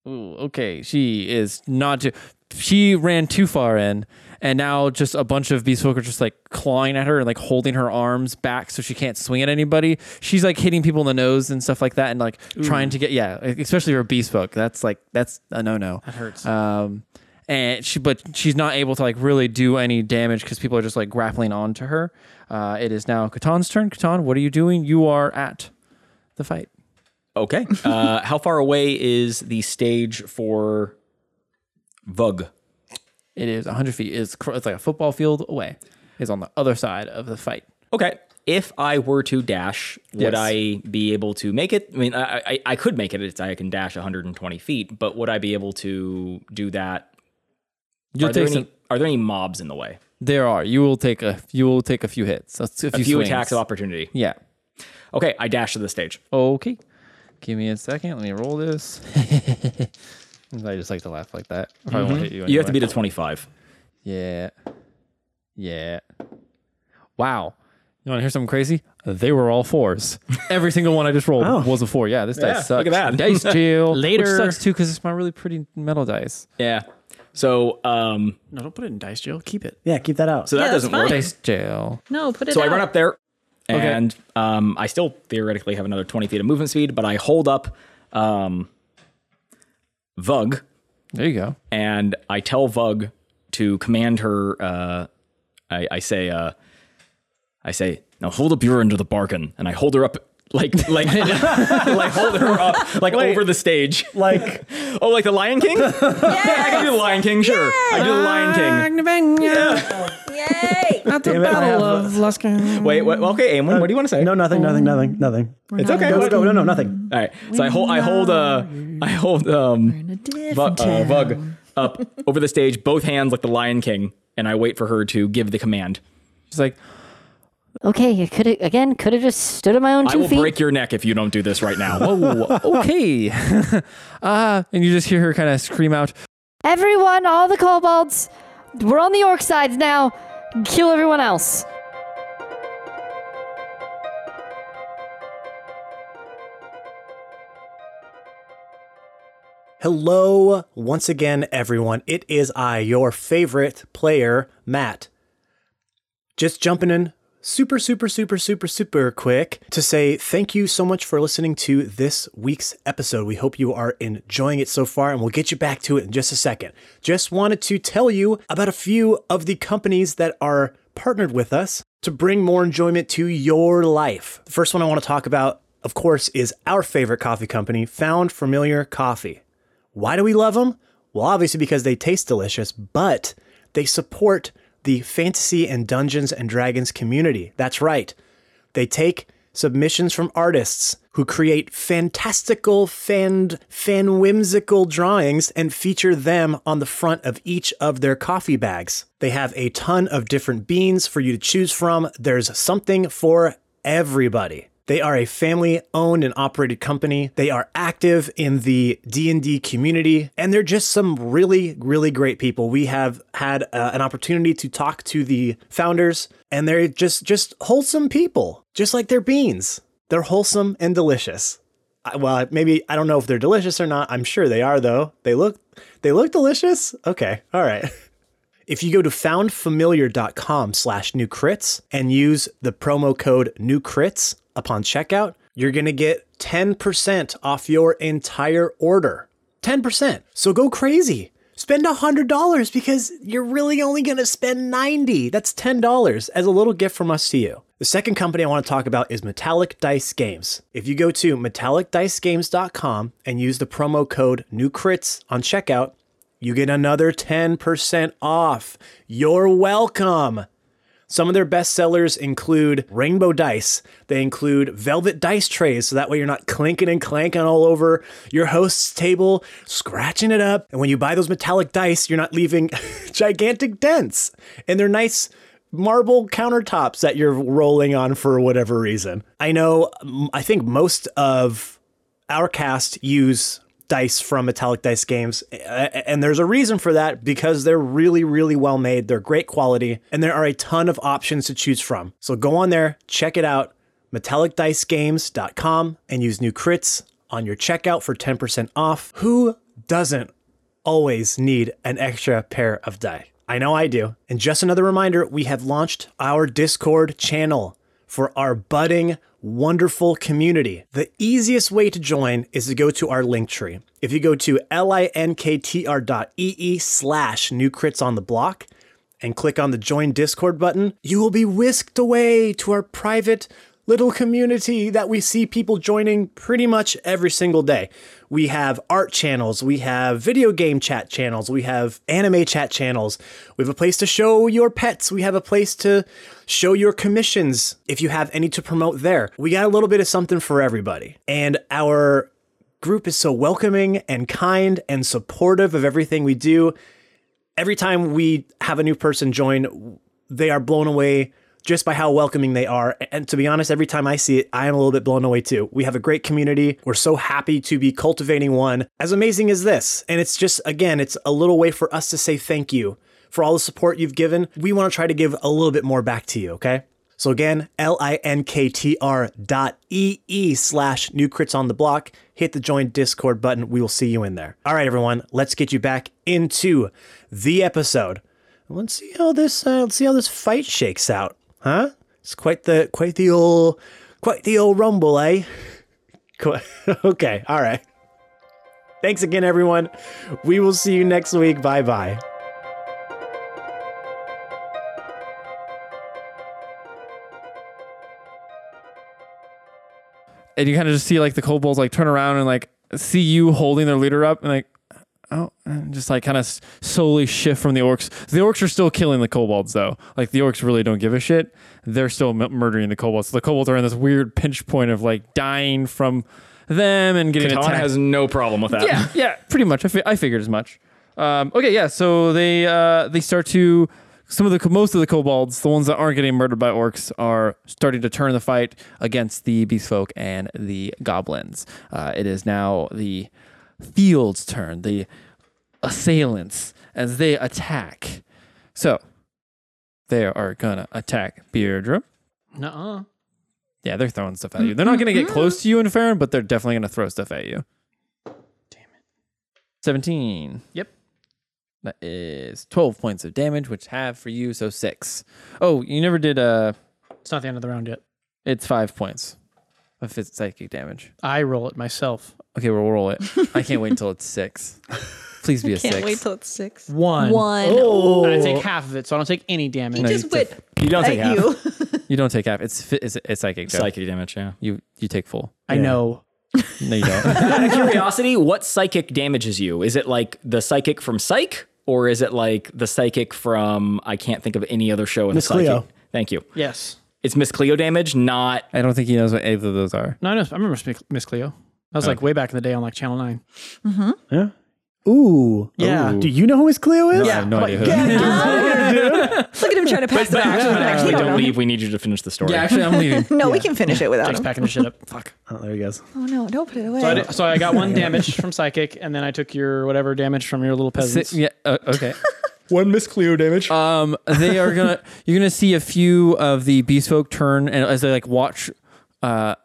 Speaker 2: Ooh, okay, she is not. Ju- she ran too far in, and now just a bunch of beast folk are just like clawing at her and like holding her arms back so she can't swing at anybody. She's like hitting people in the nose and stuff like that, and like trying to get yeah, e-, especially her beast folk. That's like that's a no no. That
Speaker 6: hurts.
Speaker 2: Um, and she but she's not able to like really do any damage because people are just like grappling onto her. Uh, it is now Katan's turn. Katan, what are you doing? You are at the fight.
Speaker 4: Okay. Uh, how far away is the stage for Vug?
Speaker 2: It is 100 feet. It's, cr- it's like a football field away. It's on the other side of the fight.
Speaker 4: Okay. If I were to dash,
Speaker 2: Yes.
Speaker 4: would I be able to make it? I mean, I, I, I could make it. It's, I can dash 120 feet, but would I be able to do that?
Speaker 2: You'll
Speaker 4: are, there
Speaker 2: take
Speaker 4: any,
Speaker 2: some-
Speaker 4: are there any mobs in the way?
Speaker 2: There are. You will take a you will take a few hits. That's a
Speaker 4: A
Speaker 2: few,
Speaker 4: few
Speaker 2: swings.
Speaker 4: attacks of opportunity.
Speaker 2: Yeah.
Speaker 4: Okay, I dash to the stage.
Speaker 2: Okay. Give me a second. Let me roll this. I just like to laugh like that. I probably won't hit Mm-hmm. you.
Speaker 4: You have to
Speaker 2: anyway.
Speaker 4: beat a 25.
Speaker 2: Yeah. Yeah. Wow. You want to hear something crazy? They were all fours. Every single one I just rolled was a four. Yeah, this dice sucks.
Speaker 4: Oh. look at that.
Speaker 2: Dice jail. Which
Speaker 6: Later.
Speaker 2: sucks too because it's my really pretty metal dice.
Speaker 4: Yeah. So, um,
Speaker 6: No, don't put it in dice jail. Keep it.
Speaker 10: Yeah, keep that out.
Speaker 4: so that
Speaker 7: Yeah, that's
Speaker 4: doesn't work.
Speaker 7: fine.
Speaker 2: Dice jail.
Speaker 7: No, put it.
Speaker 4: So I
Speaker 7: out.
Speaker 4: run up there,
Speaker 2: Okay.
Speaker 4: and um, I still theoretically have another 20 feet of movement speed, but I hold up um, Vug,
Speaker 2: There you go.
Speaker 4: and I tell Vug to command her. Uh, I, I say, uh, I say, now hold up your end of the bargain, and I hold her up. Like, like, like, hold her up, like over the stage.
Speaker 10: Like,
Speaker 4: Oh, like the Lion King? yeah, I can do the Lion King, sure. I can do the Lion
Speaker 7: Yay!
Speaker 6: At the
Speaker 10: Damn it, I Battle have of
Speaker 4: King. Wait, wait, okay, Aemon, what do you want to say?
Speaker 10: no, nothing, nothing, nothing, nothing.
Speaker 4: it's okay.
Speaker 10: Go,
Speaker 4: what-
Speaker 10: go, no, no, nothing.
Speaker 4: All right. So I hold, I hold, uh, I hold, um,
Speaker 7: In
Speaker 4: bu-
Speaker 7: a different
Speaker 4: uh,
Speaker 7: town.
Speaker 4: Vug up over the stage, both hands like the Lion King, and I wait for her to give the command.
Speaker 2: She's like,
Speaker 3: Okay, I could have again could have just stood on my own
Speaker 4: I
Speaker 3: two
Speaker 4: will
Speaker 3: feet.
Speaker 4: break your neck if you don't do this right now.
Speaker 2: oh, okay. uh, and you just hear her kind of scream out,
Speaker 3: Everyone, all the kobolds, we're on the orc sides now. Kill everyone else.
Speaker 5: Hello, once again, everyone. It is I, your favorite player, Matt. Just jumping in super, super, super, super, super quick to say thank you so much for listening to this week's episode. We hope you are enjoying it so far, and we'll get you back to it in just a second. Just wanted to tell you about a few of the companies that are partnered with us to bring more enjoyment to your life. The first one I want to talk about, of course, is our favorite coffee company, Found Familiar Coffee. Why do we love them? Well, obviously because they taste delicious, but they support the fantasy and Dungeons and Dragons community. That's right. They take submissions from artists who create fantastical fan fan whimsical drawings and feature them on the front of each of their coffee bags. They have a ton of different beans for you to choose from. There's something for everybody. They are a family-owned and operated company. They are active in the D&D community and they're just some really really great people. We have had uh, an opportunity to talk to the founders and they're just just wholesome people, just like their beans. They're wholesome and delicious. I, well, maybe I don't know if they're delicious or not. I'm sure they are though. They look they look delicious. Okay. All right. If you go to foundfamiliar.com slash new crits and use the promo code new crits upon checkout, you're going to get 10% off your entire order. 10%. So go crazy. Spend $100 because you're really only going to spend 90. That's $10 as a little gift from us to you. The second company I want to talk about is Metallic Dice Games. If you go to metallicdicegames.com and use the promo code newcrits on checkout, you get another 10% off. You're welcome. Some of their best sellers include rainbow dice. They include velvet dice trays, so that way you're not clinking and clanking all over your host's table, scratching it up. And when you buy those metallic dice, you're not leaving gigantic dents. And they're nice marble countertops that you're rolling on for whatever mm, reason. I know, m- I think most of our cast use dice from Metallic Dice Games. A- a- And there's a reason for that because they're really, really well made. They're great quality, and there are a ton of options to choose from. So go on there, check it out, metallicdicegames.com, and use new crits on your checkout for 10% off. Who doesn't always need an extra pair of die? I know I do. And just another reminder we have launched our Discord channel for our budding, wonderful community. The easiest way to join is to go to our link tree. If you go to linktr.ee E slash new crits on the block and click on the join Discord button, you will be whisked away to our private little community that we see people joining pretty much every single day. We have art channels, we have video game chat channels, we have anime chat channels, we have a place to show your pets, we have a place to show your commissions if you have any to promote there. We got a little bit of something for everybody. And our group is so welcoming and kind and supportive of everything we do every time we have a new person join, they are blown away just by how welcoming they are. And to be honest, every time I see it, I am a little bit blown away too. We have a great community. We're so happy to be cultivating one as amazing as this. And it's just, again, it's a little way for us to say thank you for all the support you've given. We want to try to give a little bit more back to you, okay? So again, L-I-N-K-T-R dot E-E slash new crits on the block. Hit the join Discord button. We will see you in there. All right, everyone, let's get you back into the episode. Let's see how this uh, let's see how this fight shakes out, huh? It's quite the quite the old quite the old rumble, eh? Quite- okay, all right. Thanks again, everyone. We will see you next week. Bye bye.
Speaker 2: and you kind of just see like the kobolds like turn around and like see you holding their leader up and like oh and just like kind of slowly shift from the orcs the orcs are still killing the kobolds though like the orcs really don't give a shit they're still m- murdering the kobolds so the kobolds are in this weird pinch point of like dying from them and getting
Speaker 4: Catan
Speaker 2: attacked
Speaker 4: has no problem with that.
Speaker 2: yeah, yeah, pretty much. I, fi- I figured as much. Um, okay, yeah. So they uh, they start to some of the most of the kobolds, the ones that aren't getting murdered by orcs, are starting to turn the fight against the beast folk and the goblins. Uh, it is now the field's turn, the assailants as they attack. So they are gonna attack Beardrum.
Speaker 6: Nuh-uh.
Speaker 2: Yeah, they're throwing stuff at you. They're not going to get close to you in Farron, but they're definitely going to throw stuff at you. Damn it. 17.
Speaker 6: Yep.
Speaker 2: That is 12 points of damage, which have for you, so six. Oh, you never did, uh,
Speaker 6: It's not the end of the round yet.
Speaker 2: it's five points of phys- psychic damage.
Speaker 6: I roll it myself.
Speaker 2: Okay, we'll roll it. I can't wait until it's six. Please be a
Speaker 7: Can't
Speaker 2: six.
Speaker 7: wait till it's six.
Speaker 6: One.
Speaker 7: One.
Speaker 6: And I take half of it, so I don't take any damage.
Speaker 2: No,
Speaker 7: Just
Speaker 2: you,
Speaker 7: went
Speaker 4: You don't
Speaker 7: at
Speaker 4: take half.
Speaker 7: you.
Speaker 2: you don't take half. It's, fi- it's, it's psychic. Joe.
Speaker 4: Psychic damage, yeah.
Speaker 2: You, you take full.
Speaker 6: I know.
Speaker 2: No, you don't.
Speaker 4: Out of curiosity, what psychic damages you? Is it like the psychic from Psych, or is it like the psychic from I can't think of any other show in
Speaker 5: Miss
Speaker 4: the psychic?
Speaker 5: Cleo.
Speaker 4: Thank you.
Speaker 6: Yes.
Speaker 4: It's Miss Cleo damage, not
Speaker 2: I don't think he knows what either of those are.
Speaker 6: No, I know. I remember Sp- Miss Cleo. That was like way back in the day on like Channel 9.
Speaker 11: Ooh.
Speaker 6: Yeah.
Speaker 11: Do you know who Miss Cleo is?
Speaker 2: I have
Speaker 7: Oh
Speaker 2: no idea who that is.
Speaker 7: Look at him trying to pass it back.
Speaker 4: actually
Speaker 7: You
Speaker 4: don't
Speaker 7: know.
Speaker 4: leave. We need you to finish the story.
Speaker 2: Yeah, actually, I'm leaving.
Speaker 7: No, we can finish it without
Speaker 6: Jake's
Speaker 7: him.
Speaker 6: packing the shit up. Fuck.
Speaker 11: Oh, there he goes.
Speaker 7: Oh no! Don't put it away.
Speaker 6: So I, did- so I got one damage from psychic, and then I took your whatever damage from your little
Speaker 2: Si-
Speaker 6: peasants.
Speaker 2: yeah, uh, okay.
Speaker 12: One Miss Cleo damage.
Speaker 2: Um, they are gonna. You're gonna see a few of the beast folk turn and as they like watch, uh,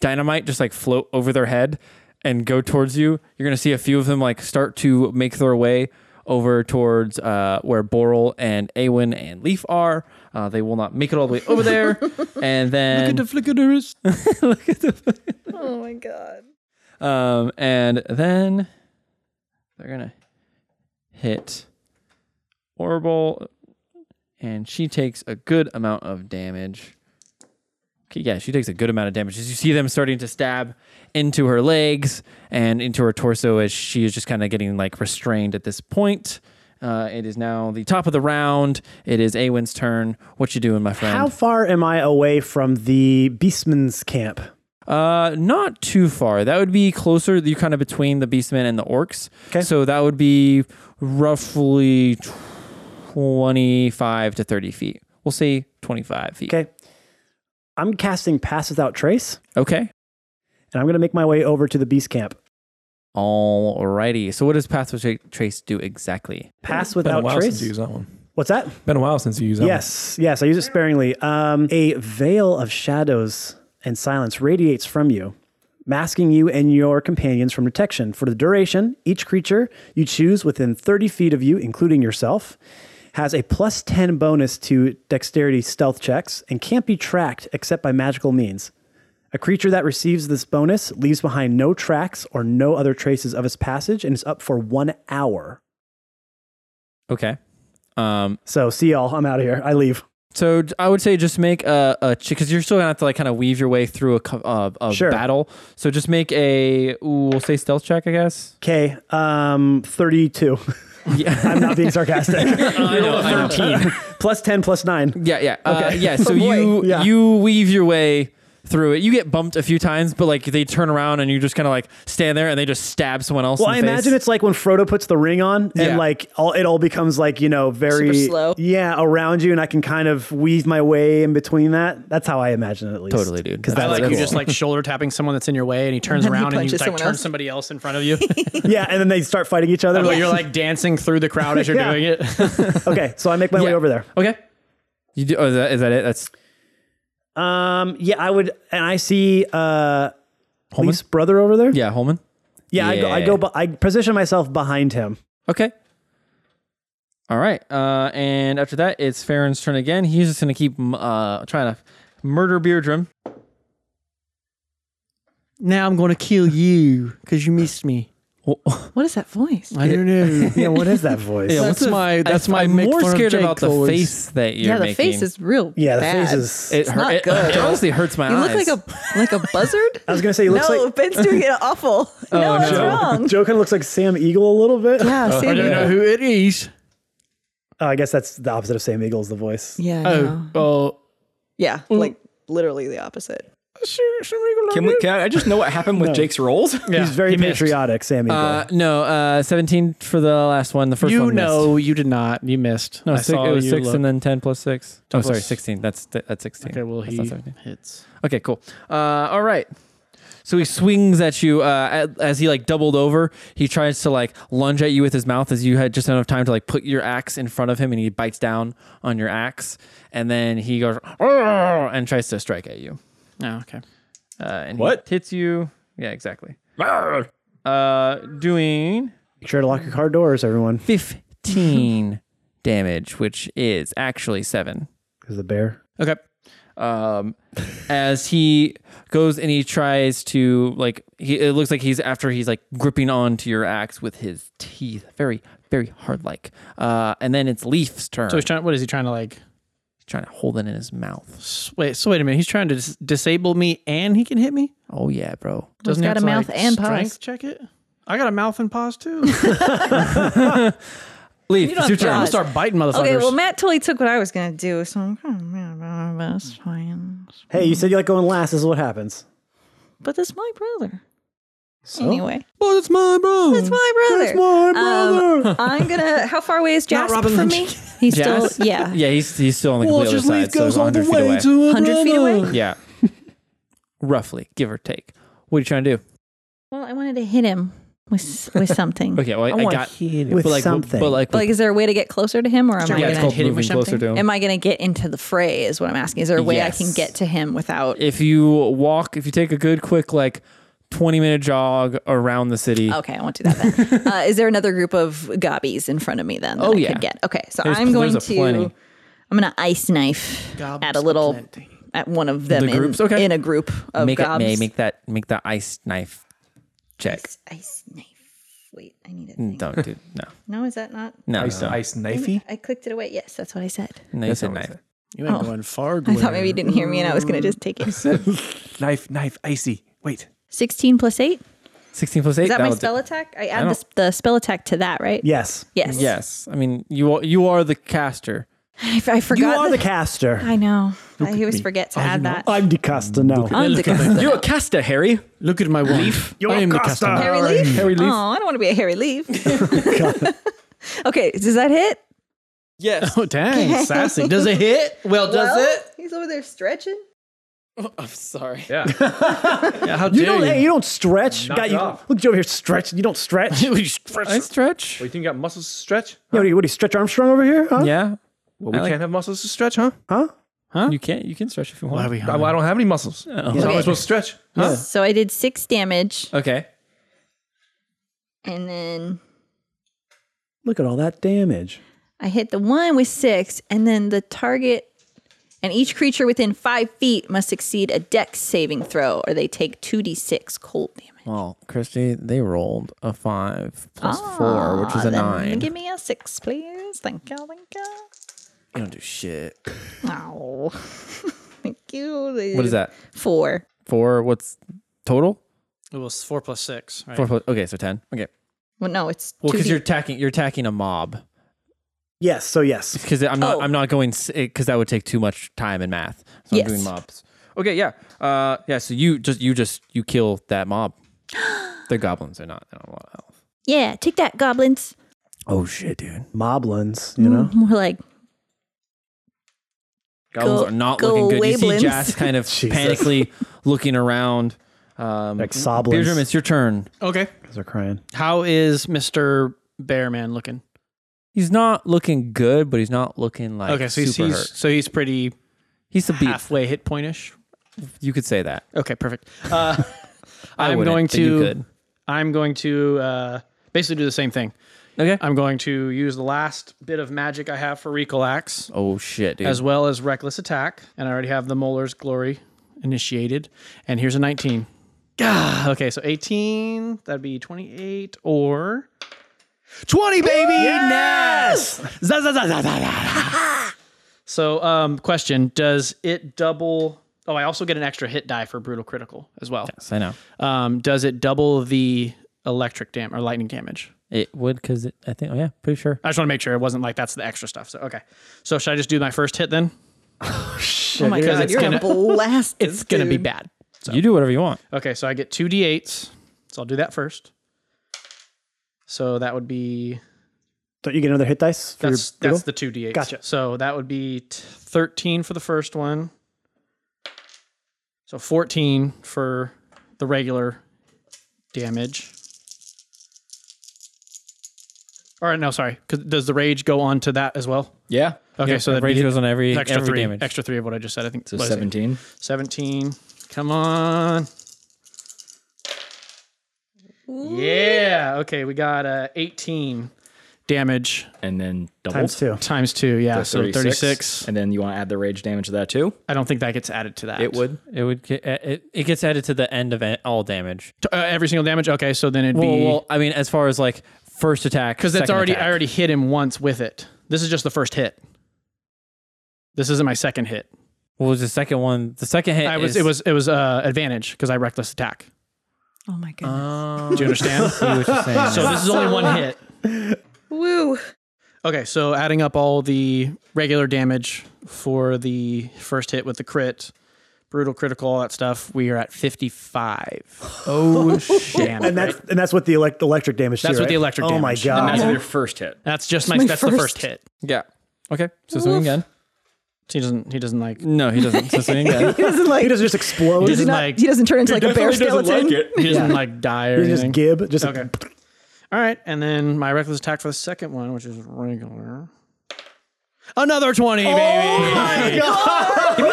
Speaker 2: dynamite just like float over their head and go towards you. You're gonna see a few of them like start to make their way over towards uh, where Boral and Awen and Leaf are. Uh, they will not make it all the way over there. and then
Speaker 6: flickerers.
Speaker 7: oh my god!
Speaker 2: Um, and then they're gonna hit Orbital, and she takes a good amount of damage. Okay, yeah, she takes a good amount of damage. As you see them starting to stab into her legs and into her torso, as she is just kind of getting like restrained at this point. Uh, it is now the top of the round. It is Awen's turn. What you doing, my friend?
Speaker 11: How far am I away from the Beastman's camp?
Speaker 2: Uh, not too far. That would be closer. You kind of between the beastmen and the orcs.
Speaker 11: 'Kay.
Speaker 2: So that would be roughly twenty-five to thirty feet. We'll say twenty-five feet.
Speaker 11: Okay. I'm casting Pass Without Trace,
Speaker 2: Okay.
Speaker 11: and I'm going to make my way over to the Beast camp.
Speaker 2: Alrighty. So what does Path with Tra- Trace do exactly?
Speaker 5: Pass without
Speaker 1: while
Speaker 5: trace.
Speaker 1: since you used that one.
Speaker 5: What's that?
Speaker 1: Been a while since you used that
Speaker 5: Yes, yes, I use it sparingly. Um, a veil of shadows and silence radiates from you, masking you and your companions from detection. For the duration, each creature you choose within 30 feet of you, including yourself, has a plus 10 bonus to dexterity stealth checks and can't be tracked except by magical means. A creature that receives this bonus leaves behind no tracks or no other traces of its passage and is up for one hour.
Speaker 2: Okay. Um,
Speaker 5: so see y'all. I'm out of here. I leave.
Speaker 2: So j- I would say just make a a because you're still gonna have to like kind of weave your way through a co- a, a
Speaker 5: Sure.
Speaker 2: battle. So just make a ooh, we'll say stealth check, I guess.
Speaker 5: Okay, um, 32. I'm not being sarcastic.
Speaker 2: I know, I know.
Speaker 5: 13. plus 10, plus 9.
Speaker 2: Yeah, yeah, uh,
Speaker 5: Okay.
Speaker 2: yeah. So
Speaker 5: Oh, boy.
Speaker 2: you
Speaker 5: Yeah.
Speaker 2: you weave your way through it. You get bumped a few times, but like they turn around and you just kind of like stand there and they just stab someone else.
Speaker 5: Well, I
Speaker 2: in the face.
Speaker 5: imagine it's like when Frodo puts the ring on and
Speaker 2: Yeah.
Speaker 5: like all it all becomes like, you know, very
Speaker 7: Super slow.
Speaker 5: Yeah, around you and I can kind of weave my way in between that. That's how I imagine it at least.
Speaker 2: Totally, dude.
Speaker 5: Cuz
Speaker 6: I
Speaker 5: that's
Speaker 6: like
Speaker 5: cool.
Speaker 6: you just like shoulder tapping someone that's in your way, and he turns
Speaker 7: And then he
Speaker 6: around and you
Speaker 7: punches
Speaker 6: like
Speaker 7: someone
Speaker 6: turn
Speaker 7: else.
Speaker 6: somebody else in front of you.
Speaker 5: Yeah, and then they start fighting each other.
Speaker 6: That way you're like dancing through the crowd as you're
Speaker 5: Yeah.
Speaker 6: doing it.
Speaker 5: okay, so I make my way over there.
Speaker 2: okay. You do? Oh, is that, is that it? That's
Speaker 5: Um yeah, I would and I see uh Leaf's brother over there.
Speaker 2: yeah, Holman.
Speaker 5: Yeah, I go I
Speaker 2: Yeah.
Speaker 5: go be- I position myself behind him.
Speaker 2: Okay. All right. Uh, and after that, it's Farron's turn again. He's just going to keep mm, uh, trying to murder Beardrum.
Speaker 6: Now I'm going to kill you because you missed me.
Speaker 7: What is that voice?
Speaker 6: I don't know.
Speaker 5: Yeah, what is that voice?
Speaker 6: Yeah, what's my? That's my.
Speaker 2: I'm
Speaker 6: make
Speaker 2: more
Speaker 6: fun of
Speaker 2: scared
Speaker 6: Jake
Speaker 2: about the
Speaker 6: voice.
Speaker 2: face that you're
Speaker 7: yeah, the
Speaker 2: making.
Speaker 7: face is real.
Speaker 5: Yeah, the
Speaker 7: bad.
Speaker 5: face is.
Speaker 2: It, hurt,
Speaker 7: not
Speaker 2: it,
Speaker 7: good.
Speaker 2: it honestly hurts my
Speaker 7: You
Speaker 2: eyes.
Speaker 7: look like a like a buzzard.
Speaker 5: I was gonna say, he looks
Speaker 7: no,
Speaker 5: like
Speaker 7: Ben's doing it awful. no, it's wrong.
Speaker 5: Joe kind of looks like Sam Eagle a little bit.
Speaker 7: Yeah,
Speaker 6: I
Speaker 7: same.
Speaker 6: don't know who it is.
Speaker 5: Oh, I guess that's the opposite of Sam Eagle's the voice.
Speaker 7: Yeah. I know.
Speaker 6: Oh, oh,
Speaker 7: Yeah, like literally the opposite.
Speaker 4: Can we? Can I just know what happened with Jake's rolls?
Speaker 5: He's very
Speaker 6: he missed.
Speaker 5: patriotic, Sam Eagle.
Speaker 2: uh, no, uh, 17 for the last one. The first
Speaker 6: you
Speaker 2: one. missed.
Speaker 6: know, you did not. You missed.
Speaker 2: No,
Speaker 6: I
Speaker 2: six,
Speaker 6: saw
Speaker 2: it was
Speaker 6: you
Speaker 2: six
Speaker 6: look.
Speaker 2: and then 10 plus six. oh,
Speaker 6: plus-
Speaker 2: sorry, 16. That's that's 16.
Speaker 6: okay, well
Speaker 2: That's
Speaker 6: he
Speaker 2: not 17.
Speaker 6: hits.
Speaker 2: Okay, cool. Uh, all right. So he swings at you uh, at- as he like doubled over. He tries to like lunge at you with his mouth as you had just enough time to like put your axe in front of him, and he bites down on your axe, and then he goes "Arr!" and tries to strike at you.
Speaker 6: Oh, okay.
Speaker 2: Uh, and
Speaker 4: What?
Speaker 2: he hits you? Yeah, exactly. Uh, doing
Speaker 5: Make sure to lock your car doors, everyone,
Speaker 2: fifteen damage, which is actually seven.
Speaker 5: because the bear.
Speaker 6: Okay.
Speaker 2: um, as he goes and he tries to like he, it looks like he's after he's like gripping onto your axe with his teeth very very hard like uh, and then it's leaf's turn
Speaker 6: So he's trying. What is he trying to like?
Speaker 2: trying to hold it in his mouth
Speaker 6: s- Wait. So wait a minute. He's trying to dis- disable me, and he can hit me.
Speaker 2: oh yeah bro
Speaker 7: He's got
Speaker 6: he
Speaker 7: a
Speaker 6: have
Speaker 7: mouth
Speaker 6: to, like,
Speaker 7: and
Speaker 6: strength
Speaker 7: paws.
Speaker 6: Check it. I got a mouth and paws too.
Speaker 2: leaf it's your
Speaker 7: have
Speaker 2: turn
Speaker 6: I'll start biting motherfuckers.
Speaker 7: Okay, well Matt totally took what I was gonna do, so I'm kind of mad about it, but it's fine.
Speaker 5: Hey, you said you like going last. This is what happens.
Speaker 7: But that's my brother. Anyway,
Speaker 6: Oh, that's my bro.
Speaker 7: that's my brother. That's my
Speaker 6: Uh,
Speaker 7: brother. I'm gonna. How far away is Jasper from me? He's still.
Speaker 2: Jas?
Speaker 7: Yeah.
Speaker 2: yeah he's, he's still on the complete other side so 100 feet away
Speaker 6: to
Speaker 7: 100 feet away?
Speaker 2: yeah roughly give or take what are you trying to do
Speaker 7: Well, I wanted to hit him with s- with something.
Speaker 2: okay well I, I got
Speaker 5: With
Speaker 2: but like
Speaker 5: something.
Speaker 2: but like,
Speaker 7: But like, is there a way to get closer to him, or am I
Speaker 2: yeah, it's
Speaker 7: gonna?
Speaker 2: called moving closer to him
Speaker 7: Am I gonna get into the fray? Is what I'm asking. Is there a way I can
Speaker 2: Yes.
Speaker 7: get to him without?
Speaker 2: if you walk, if you take a good quick like 20 minute jog around the city,
Speaker 7: Okay, I won't do that then. uh, is there another group of gobbies in front of me then? That
Speaker 2: Oh,
Speaker 7: I
Speaker 2: yeah.
Speaker 7: Could get? Okay, so
Speaker 2: There's-
Speaker 7: I'm going
Speaker 2: there's a
Speaker 7: to.
Speaker 2: plenty.
Speaker 7: I'm gonna ice knife at a little at one of them
Speaker 2: The
Speaker 7: in,
Speaker 2: groups? Okay.
Speaker 7: in a group of
Speaker 2: make it
Speaker 7: Oh, gobs.
Speaker 2: may make that make that ice knife check.
Speaker 7: ice knife. Wait, I need a thing.
Speaker 2: Don't do no
Speaker 7: No, is that not?
Speaker 2: no.
Speaker 1: Ice,
Speaker 2: no,
Speaker 1: ice knifey.
Speaker 7: I clicked it away. Yes, that's what I said.
Speaker 2: no, you said knife.
Speaker 6: You ain't
Speaker 7: Oh.
Speaker 6: going far.
Speaker 7: I thought maybe you didn't hear me, and I was gonna just take it.
Speaker 1: Knife, knife, icy. Wait.
Speaker 7: Sixteen plus eight.
Speaker 2: 16 plus 8.
Speaker 7: Is that my
Speaker 2: that'll do-
Speaker 7: spell attack? I
Speaker 2: I
Speaker 7: add the, s- the spell attack to that, right?
Speaker 5: yes,
Speaker 7: Yes.
Speaker 2: Yes, I mean you are, you are the caster.
Speaker 7: I, I
Speaker 5: you
Speaker 7: forgot.
Speaker 5: are the
Speaker 7: that-
Speaker 5: caster.
Speaker 7: I know. I always forget to add that.
Speaker 5: I'm the caster now.
Speaker 7: I'm the
Speaker 4: You're a caster, Harry.
Speaker 6: Look at my leaf. I am the customer.
Speaker 7: Harry Leaf. Harry Leaf. Oh, I don't want to be a Harry Leaf.
Speaker 2: Oh,
Speaker 7: okay, does that hit?
Speaker 2: Yes.
Speaker 6: Oh dang, sassy. Does it hit? Well, does
Speaker 7: Well,
Speaker 6: it?
Speaker 7: He's over there stretching.
Speaker 2: I'm sorry.
Speaker 1: Yeah.
Speaker 2: yeah how
Speaker 5: You don't. Hey, you don't stretch.
Speaker 1: Knock
Speaker 5: Got
Speaker 1: it
Speaker 5: you.
Speaker 1: off.
Speaker 5: Look you over here stretching. You don't stretch. you
Speaker 1: I
Speaker 2: stretch.
Speaker 1: What, you think you got muscles to stretch?
Speaker 5: know, what do you- what do you stretch Armstrong over here? Huh?
Speaker 2: Yeah.
Speaker 1: Well, we
Speaker 2: I like-
Speaker 1: can't have muscles to stretch, huh?
Speaker 5: Huh?
Speaker 2: You can you can stretch if you want.
Speaker 1: I, I don't have any muscles. So how am I supposed to stretch? Huh?
Speaker 7: So I did six damage,
Speaker 2: Okay.
Speaker 7: and then
Speaker 5: Look at all that damage.
Speaker 7: I hit the one with six, and then the target and each creature within five feet must succeed a dex saving throw, or they take 2d6 cold damage.
Speaker 2: Well, Christy, they rolled a five plus four, which is a
Speaker 7: Ah, Then
Speaker 2: nine.
Speaker 7: Give me a six, please. Thank you, thank you.
Speaker 2: You don't do shit.
Speaker 7: Oh, thank you.
Speaker 2: What is that?
Speaker 7: Four.
Speaker 2: Four. What's total?
Speaker 6: It was four plus six. Right?
Speaker 2: Four plus. Okay, so ten. Okay.
Speaker 7: Well, no, it's
Speaker 2: Well,
Speaker 7: two
Speaker 2: because
Speaker 7: D-
Speaker 2: you're attacking, you're attacking a mob.
Speaker 5: Yes. So yes.
Speaker 2: Because I'm not,
Speaker 7: Oh.
Speaker 2: I'm not going because that would take too much time and math. So
Speaker 7: Yes.
Speaker 2: I'm doing mobs. Okay, yeah, uh, yeah. So you just, you just, you kill that mob. They're goblins. They're not. They don't have a lot of health.
Speaker 7: yeah. Take that, goblins.
Speaker 2: Oh shit, dude.
Speaker 5: Moblins. You know.
Speaker 7: More like
Speaker 2: Goblins
Speaker 7: Go-
Speaker 2: are not
Speaker 7: go
Speaker 2: looking good. You see
Speaker 7: Wablins.
Speaker 2: Jas kind of
Speaker 5: Jesus.
Speaker 2: panically looking around. Um,
Speaker 5: Like Soblins.
Speaker 2: Beardrum, it's your turn.
Speaker 6: Okay.
Speaker 5: They're crying.
Speaker 6: How is Mister Bearman looking?
Speaker 2: He's not looking good, but he's not looking like
Speaker 6: okay, so he's,
Speaker 2: super
Speaker 6: he's
Speaker 2: hurt.
Speaker 6: so he's pretty
Speaker 2: He's a beat.
Speaker 6: halfway hit pointish.
Speaker 2: You could say that.
Speaker 6: Okay, perfect. Uh,
Speaker 2: I
Speaker 6: I'm
Speaker 2: wouldn't,
Speaker 6: going
Speaker 2: but you
Speaker 6: to
Speaker 2: could.
Speaker 6: I'm going to uh, basically do the same thing.
Speaker 2: Okay.
Speaker 6: I'm going to use the last bit of magic I have for Recall Axe,
Speaker 2: Oh shit, dude.
Speaker 6: as well as Reckless Attack, and I already have the Molar's Glory initiated. And here's a 19. Gah, okay, so 18, that'd be 28 or 20, baby! Yes! Za, za, za, za, za, za. so, um, question Does it double? Oh, I also get an extra hit die for Brutal Critical as well.
Speaker 2: yes, I know.
Speaker 6: Um, does it double the electric dam or lightning damage?
Speaker 2: It would because I think. Oh yeah, pretty sure.
Speaker 6: I just want to make sure it wasn't like that's the extra stuff. So okay. So should I just do my first hit then?
Speaker 7: oh my god,
Speaker 6: it's
Speaker 7: you're
Speaker 6: gonna-
Speaker 7: gonna blast.
Speaker 6: It's gonna be bad.
Speaker 2: You do whatever you want.
Speaker 6: Okay, so I get two d8s. So I'll do that first. So that would be
Speaker 5: Don't you get another hit dice for
Speaker 6: that's
Speaker 5: your brutal?
Speaker 6: that's the two d8s.
Speaker 5: Gotcha.
Speaker 6: So that would be t- thirteen for the first one. So fourteen for the regular damage. All right, no, sorry. 'Cause- Does the rage go on to that as well?
Speaker 4: Yeah.
Speaker 6: Okay, so that
Speaker 2: rage goes on every
Speaker 6: extra
Speaker 2: every
Speaker 6: three,
Speaker 2: damage.
Speaker 6: extra three of what I just said. I think
Speaker 4: So
Speaker 6: what is it?
Speaker 4: 17.
Speaker 6: 17. Come on. Yeah. Okay, we got uh, 18 damage
Speaker 4: And then double.
Speaker 5: times two.
Speaker 6: times two. Yeah, so 36.
Speaker 4: And then you want to add the rage damage to that too?
Speaker 6: I don't think that gets added to that.
Speaker 4: It would.
Speaker 2: It would get, uh, it, it gets added to the end of a- all damage.
Speaker 6: T- uh, every single damage. Okay, so then it'd
Speaker 2: Well,
Speaker 6: be
Speaker 2: well, I mean, as far as like first attack,
Speaker 6: because that's
Speaker 2: second
Speaker 6: already
Speaker 2: attack.
Speaker 6: I already hit him once with it. This is just the first hit. This isn't my second hit.
Speaker 2: What was the second one? The second hit.
Speaker 6: I was
Speaker 2: is-
Speaker 6: it was it was uh, advantage because I reckless attack.
Speaker 7: Oh my
Speaker 6: Uh,
Speaker 7: goodness.
Speaker 6: Do you understand?
Speaker 2: See what you're saying.
Speaker 6: so this is only
Speaker 2: ah,
Speaker 6: one hit.
Speaker 7: Woo.
Speaker 6: Okay, so adding up all the regular damage for the first hit with the crit, brutal critical, all that stuff, we are at 55.
Speaker 2: oh shit!
Speaker 6: Damn.
Speaker 5: And
Speaker 6: it,
Speaker 5: that's
Speaker 6: right?
Speaker 5: and that's what the elect- electric damage.
Speaker 6: That's
Speaker 5: too,
Speaker 6: what
Speaker 5: right?
Speaker 6: the electric
Speaker 5: Oh my
Speaker 6: damage.
Speaker 4: And
Speaker 5: god.
Speaker 4: that's your first hit.
Speaker 6: that's just my, that's the first hit.
Speaker 2: Yeah. Okay. So swing again.
Speaker 6: He doesn't he doesn't like
Speaker 2: No, he doesn't. So swing again.
Speaker 5: He doesn't like. He doesn't just explode.
Speaker 6: he
Speaker 5: He
Speaker 6: doesn't
Speaker 7: Not,
Speaker 6: like
Speaker 7: he
Speaker 6: he
Speaker 7: doesn't turn into like a bear skeleton.
Speaker 6: doesn't like die or
Speaker 5: just
Speaker 6: anything.
Speaker 5: gib. Just
Speaker 6: Okay. All right, and then my reckless attack for the second one, which is regular. Another 20, baby.
Speaker 4: Give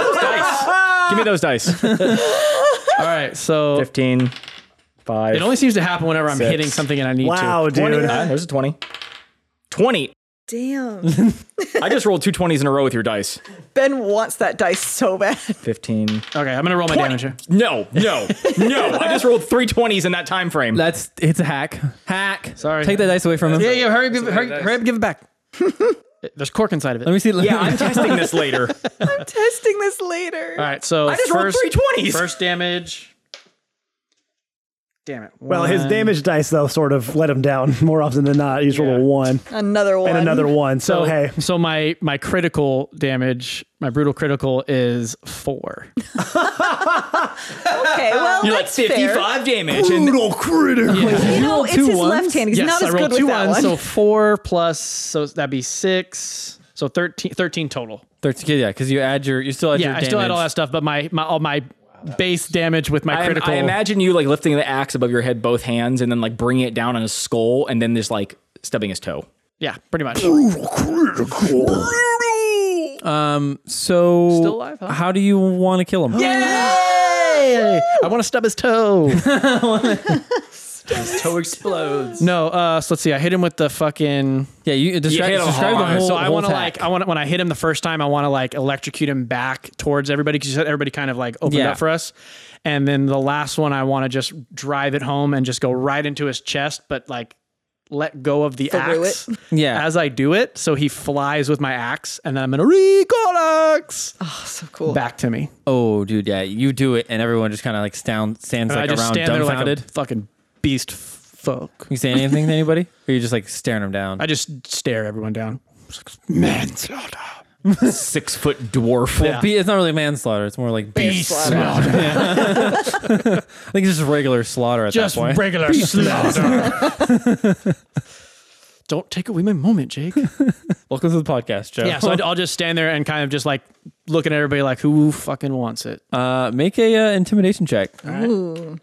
Speaker 4: me those dice.
Speaker 6: All right,
Speaker 4: Oh.
Speaker 6: so
Speaker 4: 15, 5.
Speaker 6: it only seems to happen whenever I'm
Speaker 4: Six.
Speaker 6: hitting something and I need to.
Speaker 5: wow, dude.
Speaker 4: Ah, there's a 20. 20.
Speaker 7: Damn.
Speaker 4: I just rolled two 20s in a row with your dice.
Speaker 13: Ben wants that dice so bad.
Speaker 4: 15.
Speaker 6: Okay, I'm going to roll my damage here.
Speaker 4: No, no, no. I just rolled three 20s in that time frame.
Speaker 2: That's it's a hack. Hack.
Speaker 6: Sorry.
Speaker 2: Take that dice away from him.
Speaker 6: Yeah, yeah, hurry, give, hurry,
Speaker 1: dice.
Speaker 6: hurry up, give it back. There's cork inside of it.
Speaker 2: Let me see. Let
Speaker 4: yeah,
Speaker 2: me,
Speaker 4: I'm testing this later.
Speaker 13: Testing this later.
Speaker 6: All right, so
Speaker 4: I just rolled
Speaker 6: first,
Speaker 4: three 20s.
Speaker 6: first damage. Damn it.
Speaker 5: Well, his
Speaker 6: One.
Speaker 5: damage dice though sort of let him down more often than not. He's rolled a one
Speaker 13: Another one.
Speaker 5: and another one. So,
Speaker 6: So,
Speaker 5: hey,
Speaker 6: so my my critical damage, my brutal critical is four.
Speaker 13: Okay, well,
Speaker 4: You're like
Speaker 13: that's fair.
Speaker 4: 55 damage. And
Speaker 13: You know, it's
Speaker 2: two
Speaker 13: his
Speaker 2: ones?
Speaker 13: left hand. He's
Speaker 6: yes,
Speaker 13: not as
Speaker 6: I rolled
Speaker 13: good
Speaker 6: two
Speaker 13: with that
Speaker 6: ones, so
Speaker 13: one.
Speaker 6: four plus, so that'd be six, so 13, 13 total.
Speaker 2: 13k, yeah, because you add your, you still add
Speaker 6: yeah,
Speaker 2: your
Speaker 6: I
Speaker 2: damage.
Speaker 6: still had all that stuff, but my my all my base damage with my
Speaker 4: I,
Speaker 6: critical.
Speaker 4: I imagine you like lifting the axe above your head, both hands, and then like bringing it down on his skull, and then just like stubbing his toe.
Speaker 6: yeah, pretty much.
Speaker 2: Um, so
Speaker 6: Still alive, huh?
Speaker 2: how do you want to kill him?
Speaker 6: Yay! I want to stub his toe.
Speaker 4: His toe explodes.
Speaker 6: no, uh, so let's see. I hit him with the fucking.
Speaker 2: Yeah, you describe,
Speaker 4: hit him
Speaker 2: describe the
Speaker 4: hard.
Speaker 2: whole.
Speaker 6: so I
Speaker 2: whole
Speaker 6: want to
Speaker 2: attack.
Speaker 6: like I want when I hit him the first time I want to like electrocute him back towards everybody because everybody kind of like opened
Speaker 2: Yeah.
Speaker 6: up for us, and then the last one I want to just drive it home and just go right into his chest, but like let go of the
Speaker 7: Through
Speaker 6: axe
Speaker 2: yeah.
Speaker 6: as I do it, so he flies with my axe, and then I'm gonna recollax
Speaker 13: Oh, so cool.
Speaker 6: back to me.
Speaker 2: oh, dude, yeah, you do it, and everyone just kind of like stand, stands
Speaker 6: And
Speaker 2: like
Speaker 6: I just
Speaker 2: around,
Speaker 6: stand there like
Speaker 2: dumbfounded.
Speaker 6: a fucking beast f- fuck.
Speaker 2: you say anything to anybody, or you just like staring them down?
Speaker 6: I just stare everyone down. Manslaughter.
Speaker 4: Six foot dwarf.
Speaker 2: Well, be- it's not really manslaughter; it's more like beast slaughter. Yeah. I think it's just regular slaughter at
Speaker 6: Just
Speaker 2: that point.
Speaker 6: regular slaughter. Don't take away my moment, Jake.
Speaker 2: Welcome to the podcast, Joe.
Speaker 6: yeah, so I'd- I'll just stand there and kind of just like looking at everybody like, who fucking wants it?
Speaker 2: uh, make a uh, intimidation check.
Speaker 7: Ooh.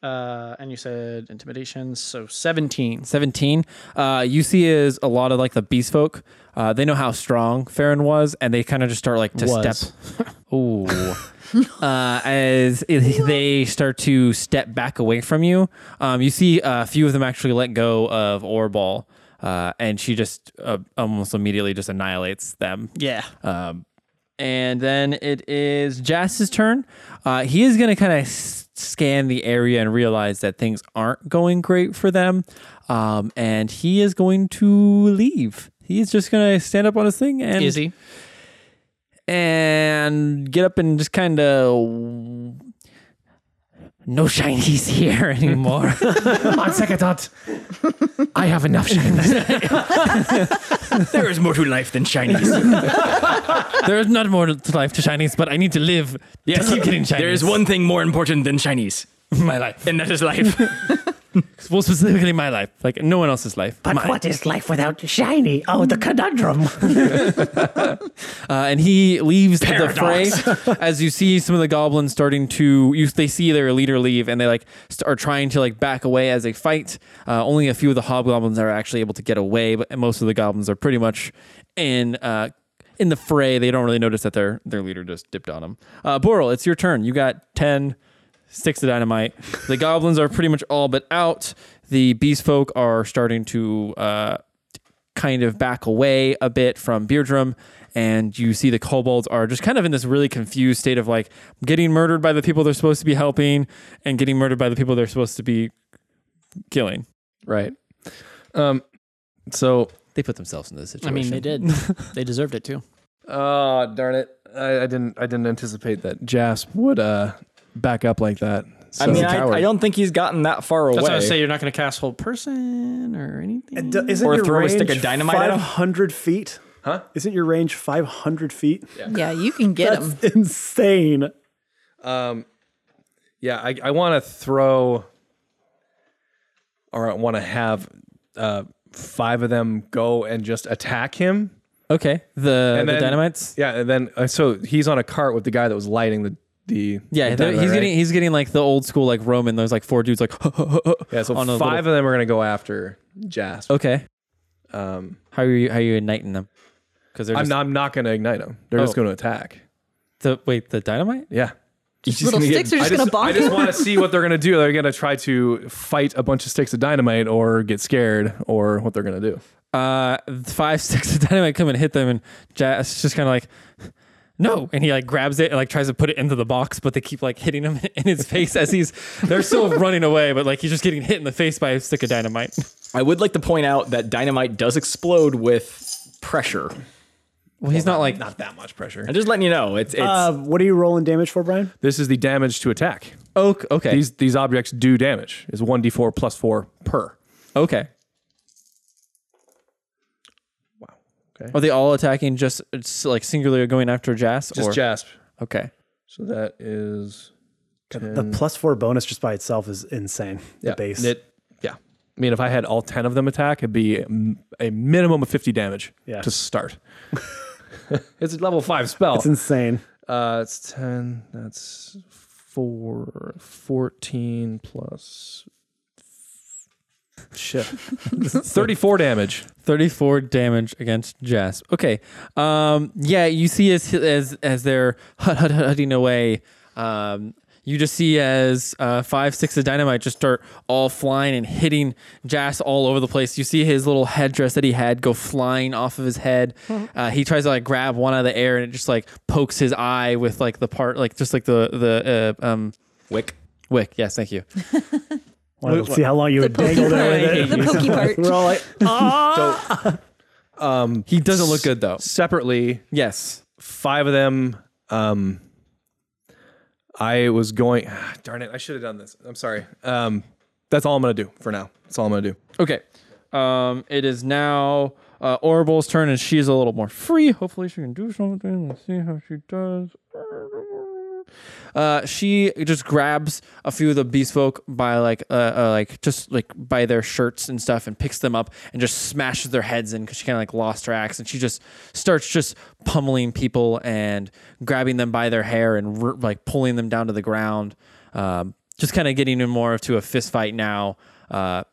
Speaker 6: Uh, and you said intimidation, so 17.
Speaker 2: 17 uh, you see is a lot of like the beast folk uh, they know how strong Farron was and they kind of just start like to
Speaker 6: Was.
Speaker 2: step ooh uh, as it, they start to step back away from you um, you see a few of them actually let go of Orball uh, and she just uh, almost immediately just annihilates them
Speaker 6: Yeah.
Speaker 2: um, and then it is Jazz's turn. Uh, he is going to kind of s- scan the area and realize that things aren't going great for them. Um, and he is going to leave. He's just going to stand up on his thing and
Speaker 6: Is he?
Speaker 2: and get up and just kind of no shinies here anymore.
Speaker 9: On second thought, I have enough shinies.
Speaker 4: there is more to life than Chinese.
Speaker 2: there is not more to life to shinies, but I need to live.
Speaker 4: yes,
Speaker 2: to keep getting shinies.
Speaker 4: there is one thing more important than Chinese,
Speaker 2: my life.
Speaker 4: and that is life.
Speaker 2: Well, specifically my life, like no one else's life.
Speaker 13: But
Speaker 2: Mine.
Speaker 13: what is life without shiny? Oh, the conundrum.
Speaker 2: Uh, and he leaves the fray as you see some of the goblins starting to you they see their leader leave and they like st- are trying to like back away as they fight uh, only a few of the hobgoblins are actually able to get away but most of the goblins are pretty much in uh, in the fray they don't really notice that their their leader just dipped on them uh, Boral it's your turn you got 10 sticks of dynamite the goblins are pretty much all but out the beast folk are starting to uh, kind of back away a bit from Beardrum, and you see the kobolds are just kind of in this really confused state of like getting murdered by the people they're supposed to be helping and getting murdered by the people they're supposed to be killing.
Speaker 1: Right. Um. So.
Speaker 2: They put themselves in this
Speaker 6: I
Speaker 2: situation.
Speaker 6: mean, they did. they deserved it too.
Speaker 1: Oh darn it! I, I didn't. I didn't anticipate that Jasp would uh back up like that. So.
Speaker 4: I mean, I, I don't think he's gotten that far away.
Speaker 6: That's why I say you're not going to cast whole person or anything.
Speaker 14: D- Isn't
Speaker 4: Or
Speaker 14: your
Speaker 4: throw a
Speaker 14: range
Speaker 4: stick of dynamite at 'em?
Speaker 14: 500 feet?
Speaker 1: Huh?
Speaker 14: Isn't your range 500 feet?
Speaker 7: Yeah, you can get him.
Speaker 14: That's insane.
Speaker 1: Um, yeah, I, I want to throw, or I want to have uh, five of them go and just attack him.
Speaker 2: okay. The,
Speaker 1: And
Speaker 2: the
Speaker 1: then-
Speaker 2: dynamites.
Speaker 1: Yeah, and then uh, so he's on a cart with the guy that was lighting the the.
Speaker 2: Yeah,
Speaker 1: the
Speaker 2: they're-
Speaker 1: dynamite,
Speaker 2: he's
Speaker 1: right?
Speaker 2: getting he's getting like the old school like Roman. There's like four dudes like
Speaker 1: Yeah, so
Speaker 2: on a
Speaker 1: five of them are gonna go after Jasp.
Speaker 2: okay.
Speaker 1: Um,
Speaker 2: How are you how are you igniting them? Because they're
Speaker 1: I'm
Speaker 2: just
Speaker 1: not. I'm not gonna ignite them. They're just
Speaker 2: Oh.
Speaker 1: gonna attack.
Speaker 2: the wait the dynamite.
Speaker 1: Yeah.
Speaker 7: Little sticks are
Speaker 1: I
Speaker 7: just,
Speaker 1: just,
Speaker 7: gonna bonk
Speaker 1: I just
Speaker 7: him?
Speaker 1: want to see what they're gonna do. They're gonna try to fight a bunch of sticks of dynamite, or get scared, or what they're gonna do.
Speaker 2: uh, five sticks of dynamite come and hit them, and Jazz just kind of like, no, and he like grabs it and like tries to put it into the box, but they keep like hitting him in his face as he's they're still running away, but like he's just getting hit in the face by a stick of dynamite.
Speaker 4: I would like to point out that dynamite does explode with pressure.
Speaker 2: Well, he's not like
Speaker 1: Not that much pressure.
Speaker 4: I'm just letting you know. It's it's
Speaker 14: Uh, what are you rolling damage for, Brian?
Speaker 1: This is the damage to attack.
Speaker 2: okay, okay,
Speaker 1: These these objects do damage. Is one d four plus four per.
Speaker 2: okay.
Speaker 1: Okay.
Speaker 2: Are they all attacking just it's like singularly going after Jazz?
Speaker 1: Just
Speaker 2: or
Speaker 1: jasp.
Speaker 2: okay,
Speaker 1: So that is
Speaker 14: The plus four bonus just by itself is insane. The base.
Speaker 1: It- yeah. I mean, if I had all ten of them attack, it'd be a m- a minimum of fifty damage
Speaker 14: Yeah.
Speaker 1: to start. it's a level five spell.
Speaker 5: It's insane.
Speaker 1: Uh, it's 10. That's 4. 14 plus. Shit. 34 damage.
Speaker 2: 34 damage against Jasp. Okay. Um, yeah, you see as as as they're hut hut hut hutting away. Um, you just see as uh, five sticks of dynamite just start all flying and hitting Jasp all over the place. You see his little headdress that he had go flying off of his head. Uh, he tries to like grab one out of the air and it just like pokes his eye with like the part like just like the the uh, um wick wick. Yes, thank you.
Speaker 5: Wanted to see how long you would dangle there with it. We're all like,
Speaker 1: so, um, he
Speaker 2: doesn't look good though.
Speaker 1: Separately,
Speaker 2: yes,
Speaker 1: five of them. Um, I was going. ah, Darn it! I should have done this. I'm sorry. Um, that's all I'm gonna do for now. That's all I'm gonna do.
Speaker 2: Okay. Um, it is now uh, Oracle's turn, and she's a little more free. Hopefully, she can do something. Let's see how she does. Uh, she just grabs a few of the beast folk by like, uh, uh like just like by their shirts and stuff, and picks them up and just smashes their heads in because she kind of like lost her axe, and she just starts just pummeling people and grabbing them by their hair and r- like pulling them down to the ground. Um, just kind of getting in more to a fist fight now. Uh,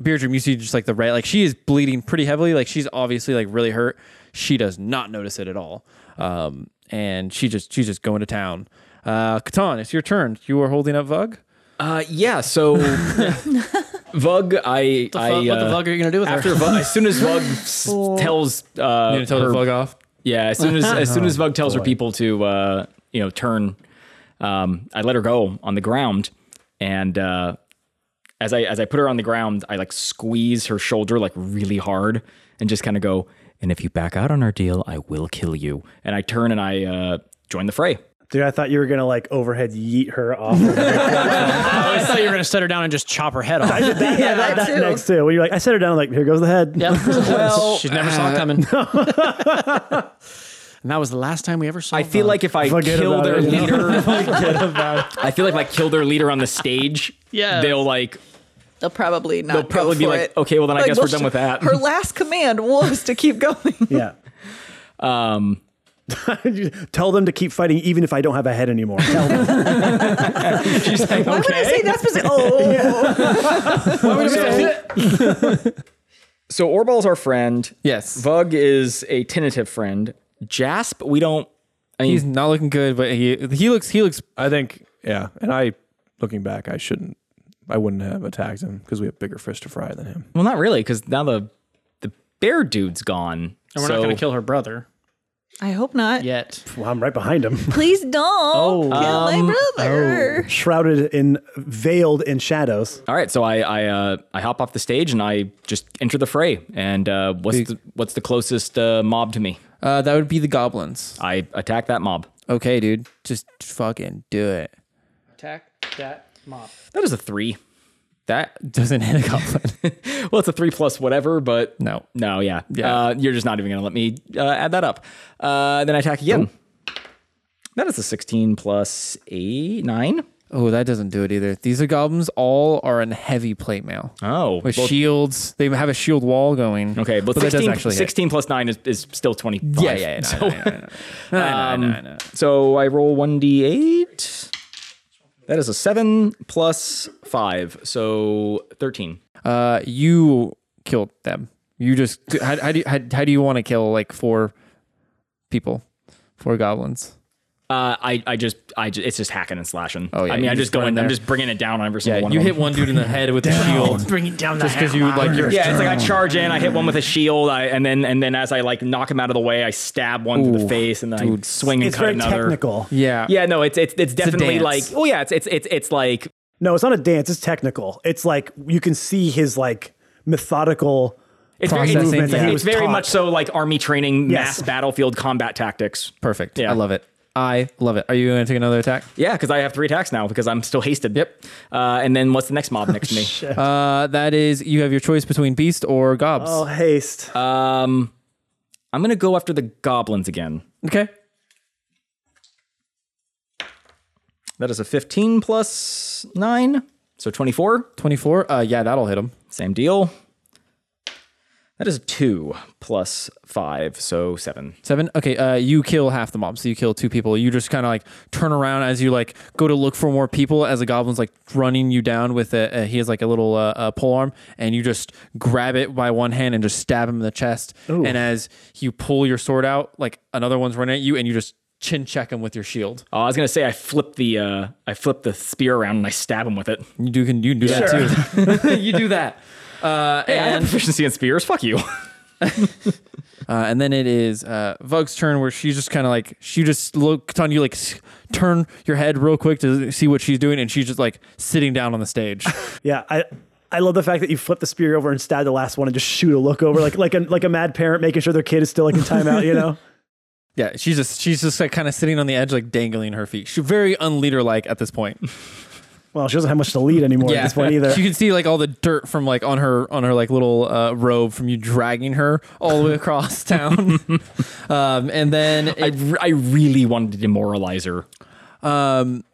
Speaker 2: Beardrum, you see just like the right, like she is bleeding pretty heavily. Like she's obviously like really hurt. She does not notice it at all. Um, and she just she's just going to town. Uh, Catan, it's your turn. You are holding up Vug.
Speaker 4: Uh, yeah. So Vug, I,
Speaker 6: The
Speaker 4: I
Speaker 6: fu- what the
Speaker 4: uh,
Speaker 6: fuck are you gonna do with her?
Speaker 4: after Vug, as soon as Vug s- tells, uh,
Speaker 2: You gonna tell the
Speaker 4: her-
Speaker 2: Vug off?
Speaker 4: Yeah. As soon as as soon as
Speaker 2: Oh,
Speaker 4: Vug tells her
Speaker 2: boy.
Speaker 4: people to, uh, you know, turn, um, I let her go on the ground, and uh, as I as I put her on the ground, I like squeeze her shoulder like really hard and just kind of go. And if you back out on our deal, I will kill you. And I turn and I uh, join the fray.
Speaker 5: dude, I thought you were gonna like overhead yeet her off.
Speaker 6: I thought you were gonna set her down and just chop her head off.
Speaker 5: I did that, yeah, that, that next too. When you're like, I set her down, like, here goes the head.
Speaker 6: she never saw it coming. and that was the last time we ever saw.
Speaker 4: I feel like if I
Speaker 6: Oh, Forget
Speaker 4: kill
Speaker 6: about
Speaker 4: their
Speaker 6: it.
Speaker 4: leader, I feel like if I kill their leader on the stage,
Speaker 7: Yeah.
Speaker 4: they'll like
Speaker 7: They'll probably not.
Speaker 4: they'll
Speaker 7: go
Speaker 4: probably be
Speaker 7: for
Speaker 4: like,
Speaker 7: it.
Speaker 4: okay, well then I
Speaker 7: Like,
Speaker 4: guess we're
Speaker 7: sh-
Speaker 4: done with that.
Speaker 7: Her last command was to keep going.
Speaker 5: yeah.
Speaker 4: Um,
Speaker 5: tell them to keep fighting, even if I don't have a head anymore. Tell them.
Speaker 7: Why would I say that specific? Oh,
Speaker 4: so Orbal's our friend.
Speaker 2: Yes.
Speaker 4: Vug is a tentative friend. Jasp, we don't. I mean,
Speaker 2: He's not looking good, but he he looks he looks.
Speaker 1: I think, yeah. And I, looking back, I shouldn't, I wouldn't have attacked him because we have bigger fish to fry than him.
Speaker 4: well, not really, because now the the bear dude's gone.
Speaker 6: And we're not gonna kill her brother
Speaker 7: I hope not.
Speaker 6: yet.
Speaker 5: well, I'm right behind him,
Speaker 7: Please don't
Speaker 6: Oh,
Speaker 7: kill
Speaker 6: um,
Speaker 7: my brother.
Speaker 5: shrouded in, veiled in shadows.
Speaker 4: All right, so I I uh, I hop off the stage and I just enter the fray. And uh, what's the, what's the closest uh, mob to me?
Speaker 2: Uh, that would be the goblins.
Speaker 4: I attack that mob.
Speaker 2: Okay, dude, just fucking do it.
Speaker 6: Attack that mob.
Speaker 4: That is a three.
Speaker 2: That doesn't hit a goblin.
Speaker 4: Well, it's a three plus whatever, but
Speaker 2: no.
Speaker 4: no, yeah,
Speaker 2: Yeah.
Speaker 4: Uh, you're just not even gonna let me uh, add that up. Uh, then I attack again. That is a sixteen plus eight nine.
Speaker 2: Oh, that doesn't do it either. These are goblins. All are in heavy plate mail.
Speaker 4: Oh,
Speaker 2: with
Speaker 4: well-
Speaker 2: shields. They have a shield wall going.
Speaker 4: Okay, but,
Speaker 2: that doesn't
Speaker 4: 16,
Speaker 2: actually hit.
Speaker 4: 16 plus 9 is, is still 25.
Speaker 2: Yeah, yeah, yeah, no,
Speaker 4: So,
Speaker 2: no, no, Um, no, no. No, no, no, no, no.
Speaker 4: so I roll 1d8. That is a 7 plus 5, so 13.
Speaker 2: Uh, you killed them. You just how, how do you, how, how do you want to kill like four people, four goblins?
Speaker 4: Uh, I, I just I just, it's just hacking and slashing.
Speaker 2: Oh, yeah,
Speaker 4: I mean
Speaker 2: you
Speaker 4: I
Speaker 2: just
Speaker 4: just go
Speaker 2: run
Speaker 4: in. I'm
Speaker 2: there.
Speaker 4: just bringing it down on every single
Speaker 2: Yeah,
Speaker 4: one.
Speaker 2: you
Speaker 4: of
Speaker 2: hit
Speaker 4: them.
Speaker 2: one dude in the head with the shield.
Speaker 6: Bring it down the
Speaker 2: Just because you like your
Speaker 4: Yeah, it's like I charge in, I hit one with a shield, I, and then and then as I like knock him out of the way, I stab one through the
Speaker 2: Ooh,
Speaker 4: face, and then I
Speaker 2: dude.
Speaker 4: swing and
Speaker 5: It's
Speaker 4: cut
Speaker 5: very
Speaker 4: another.
Speaker 5: technical.
Speaker 2: yeah
Speaker 4: Yeah, no, it's it's it's
Speaker 2: a
Speaker 4: definitely
Speaker 2: dance.
Speaker 4: like oh yeah, it's it's it's it's like
Speaker 5: No, it's not a dance. It's technical. It's like you can see his like methodical
Speaker 4: It's very, it's,
Speaker 2: Processing,
Speaker 4: it's-
Speaker 5: movements that he
Speaker 4: it's
Speaker 5: was
Speaker 4: very
Speaker 5: taught.
Speaker 4: much so like army training,
Speaker 5: Yes.
Speaker 4: mass battlefield combat tactics.
Speaker 2: Perfect.
Speaker 4: Yeah.
Speaker 2: I love it. I love it. Are you going to take another attack?
Speaker 4: Yeah, because I have three attacks now because I'm still hasted. Yep. Uh, and then what's the next mob next to me?
Speaker 2: Uh, that is, you have your choice between beast or gobs.
Speaker 5: Oh, haste.
Speaker 4: Um, I'm gonna go after the goblins again.
Speaker 2: Okay.
Speaker 4: That is a 15 plus nine, so 24.
Speaker 2: 24. Uh, yeah, that'll hit him.
Speaker 4: Same deal. That is two plus five, so seven.
Speaker 2: Seven. Okay. Uh, you kill half the mob, so you kill two people. You just kind of like turn around as you like go to look for more people. As a goblin's like running you down with a, a he has like a little uh, uh, pole arm, and you just grab it by one hand and just stab him in the chest.
Speaker 5: Ooh.
Speaker 2: And as you pull your sword out, like another one's running at you, and you just chin check him with your shield.
Speaker 4: Oh, I was gonna say I flip the uh, I flip the spear around and I stab him with it.
Speaker 2: You do can you can do that too. you do that. Uh,
Speaker 4: Hey, I have
Speaker 2: and
Speaker 4: proficiency in spears. Fuck you.
Speaker 2: Uh, and then it is uh, Vug's turn where she's just kind of like, she just looked on you, like, s- turn your head real quick to see what she's doing. And she's just like sitting down on the stage.
Speaker 5: Yeah, I I love the fact that you flip the spear over and stab the last one and just shoot a look over like like a like a mad parent making sure their kid is still like in timeout, you know?
Speaker 2: yeah, she's just, she's just like kind of sitting on the edge, like dangling her feet. She's very unleader like at this point.
Speaker 5: Well, she doesn't have much to lead anymore at this point either.
Speaker 2: She can see like all the dirt from like on her, on her like little uh, robe from you dragging her all the way across town. um, and then
Speaker 4: I, re- I really wanted to demoralize her.
Speaker 2: um,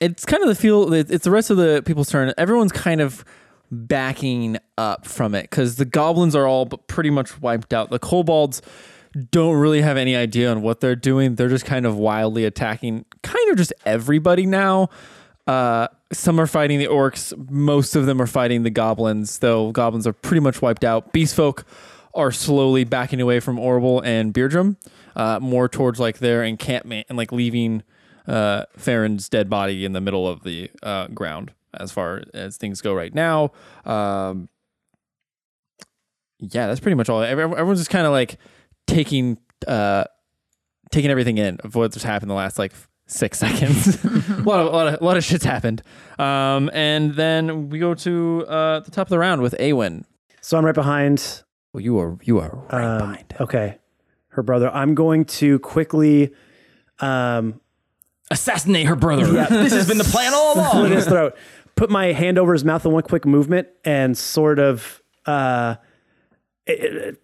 Speaker 2: it's kind of the feel. it- It's the rest of the people's turn. Everyone's kind of backing up from it because the goblins are all but pretty much wiped out. The kobolds don't really have any idea on what they're doing. They're just kind of wildly attacking, kind of just everybody now. Uh, some are fighting the orcs. Most of them are fighting the goblins, though goblins are pretty much wiped out. Beastfolk are slowly backing away from Orble and Beardrum, uh, more towards like their encampment and like leaving uh, Farron's dead body in the middle of the uh, ground as far as things go right now. Um, yeah, that's pretty much all. Every- Everyone's just kind of like taking uh, taking everything in of what's happened the last like six seconds. a lot of a lot of, lot of shit's happened. Um, and then we go to uh, the top of the round with Awen.
Speaker 5: So I'm right behind
Speaker 2: Well, you are you are
Speaker 5: um, Okay. Her brother. I'm going to quickly um
Speaker 4: Assassinate her brother.
Speaker 5: Yeah.
Speaker 4: This has been the plan all
Speaker 5: slit
Speaker 4: along.
Speaker 5: his throat. Put my hand over his mouth in one quick movement and sort of uh, kind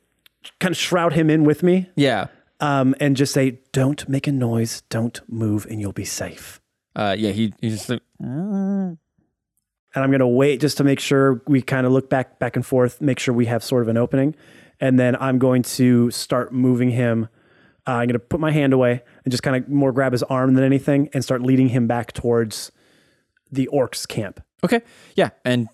Speaker 5: of shroud him in with me.
Speaker 2: Yeah.
Speaker 5: Um, and just say, "Don't make a noise. Don't move, and you'll be safe."
Speaker 2: Uh, yeah, he he's just like,
Speaker 5: And I'm gonna wait just to make sure we kind of look back, back and forth, make sure we have sort of an opening, and then I'm going to start moving him. Uh, I'm gonna put my hand away and just kind of more grab his arm than anything, and start leading him back towards the orcs camp.
Speaker 2: okay, yeah, and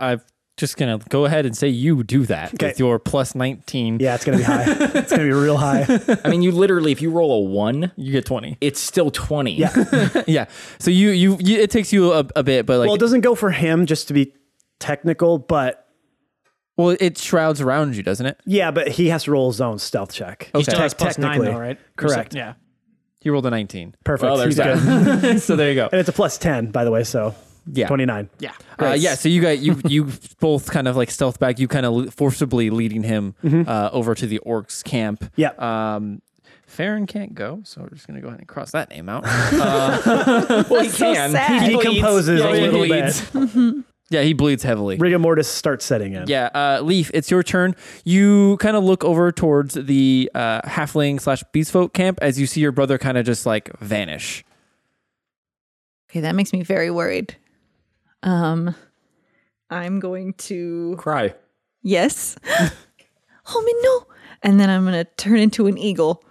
Speaker 2: I'm just gonna go ahead and say you do that
Speaker 5: Okay.
Speaker 2: with your plus nineteen.
Speaker 5: Yeah, it's gonna be high. it's gonna be real high.
Speaker 4: I mean, you literally, if you roll a one,
Speaker 2: you get twenty.
Speaker 4: It's still twenty.
Speaker 2: yeah. So you, you you it takes you a, a bit, but like
Speaker 5: well, it doesn't go for him just to be technical, but
Speaker 2: well, it shrouds around you, doesn't it?
Speaker 5: yeah, but he has to roll his own stealth check.
Speaker 2: He still
Speaker 5: Te-
Speaker 2: has plus nine,
Speaker 5: technically.
Speaker 2: though, right?
Speaker 5: Correct.
Speaker 6: Yeah.
Speaker 2: He rolled a nineteen.
Speaker 5: Perfect.
Speaker 2: Well, Oh, there's
Speaker 5: He's
Speaker 2: that.
Speaker 5: good.
Speaker 2: so there you go.
Speaker 5: And it's a plus 10, by the way, so
Speaker 2: Yeah.
Speaker 5: 29.
Speaker 6: Yeah.
Speaker 2: Uh,
Speaker 5: Great.
Speaker 2: yeah, so you got you you both kind of like stealth back. You kind of forcibly leading him uh, over to the orcs camp.
Speaker 5: Mm-hmm. Yeah.
Speaker 2: Um, Farron can't go, so we're just gonna go ahead and cross that name out. Uh,
Speaker 4: well, he can.
Speaker 5: He
Speaker 4: He
Speaker 5: decomposes
Speaker 2: Yeah,
Speaker 5: a
Speaker 2: he
Speaker 5: little
Speaker 2: bleeds.
Speaker 5: bit.
Speaker 2: yeah, he bleeds heavily.
Speaker 5: Rigor mortis starts setting in.
Speaker 2: Yeah, uh, Leaf, it's your turn. You kind of look over towards the uh, halfling slash beastfolk camp as you see your brother kind of just like vanish.
Speaker 7: Okay, that makes me very worried. Um, I'm going to
Speaker 4: cry.
Speaker 7: Yes. oh man, no! And then I'm gonna turn into an eagle,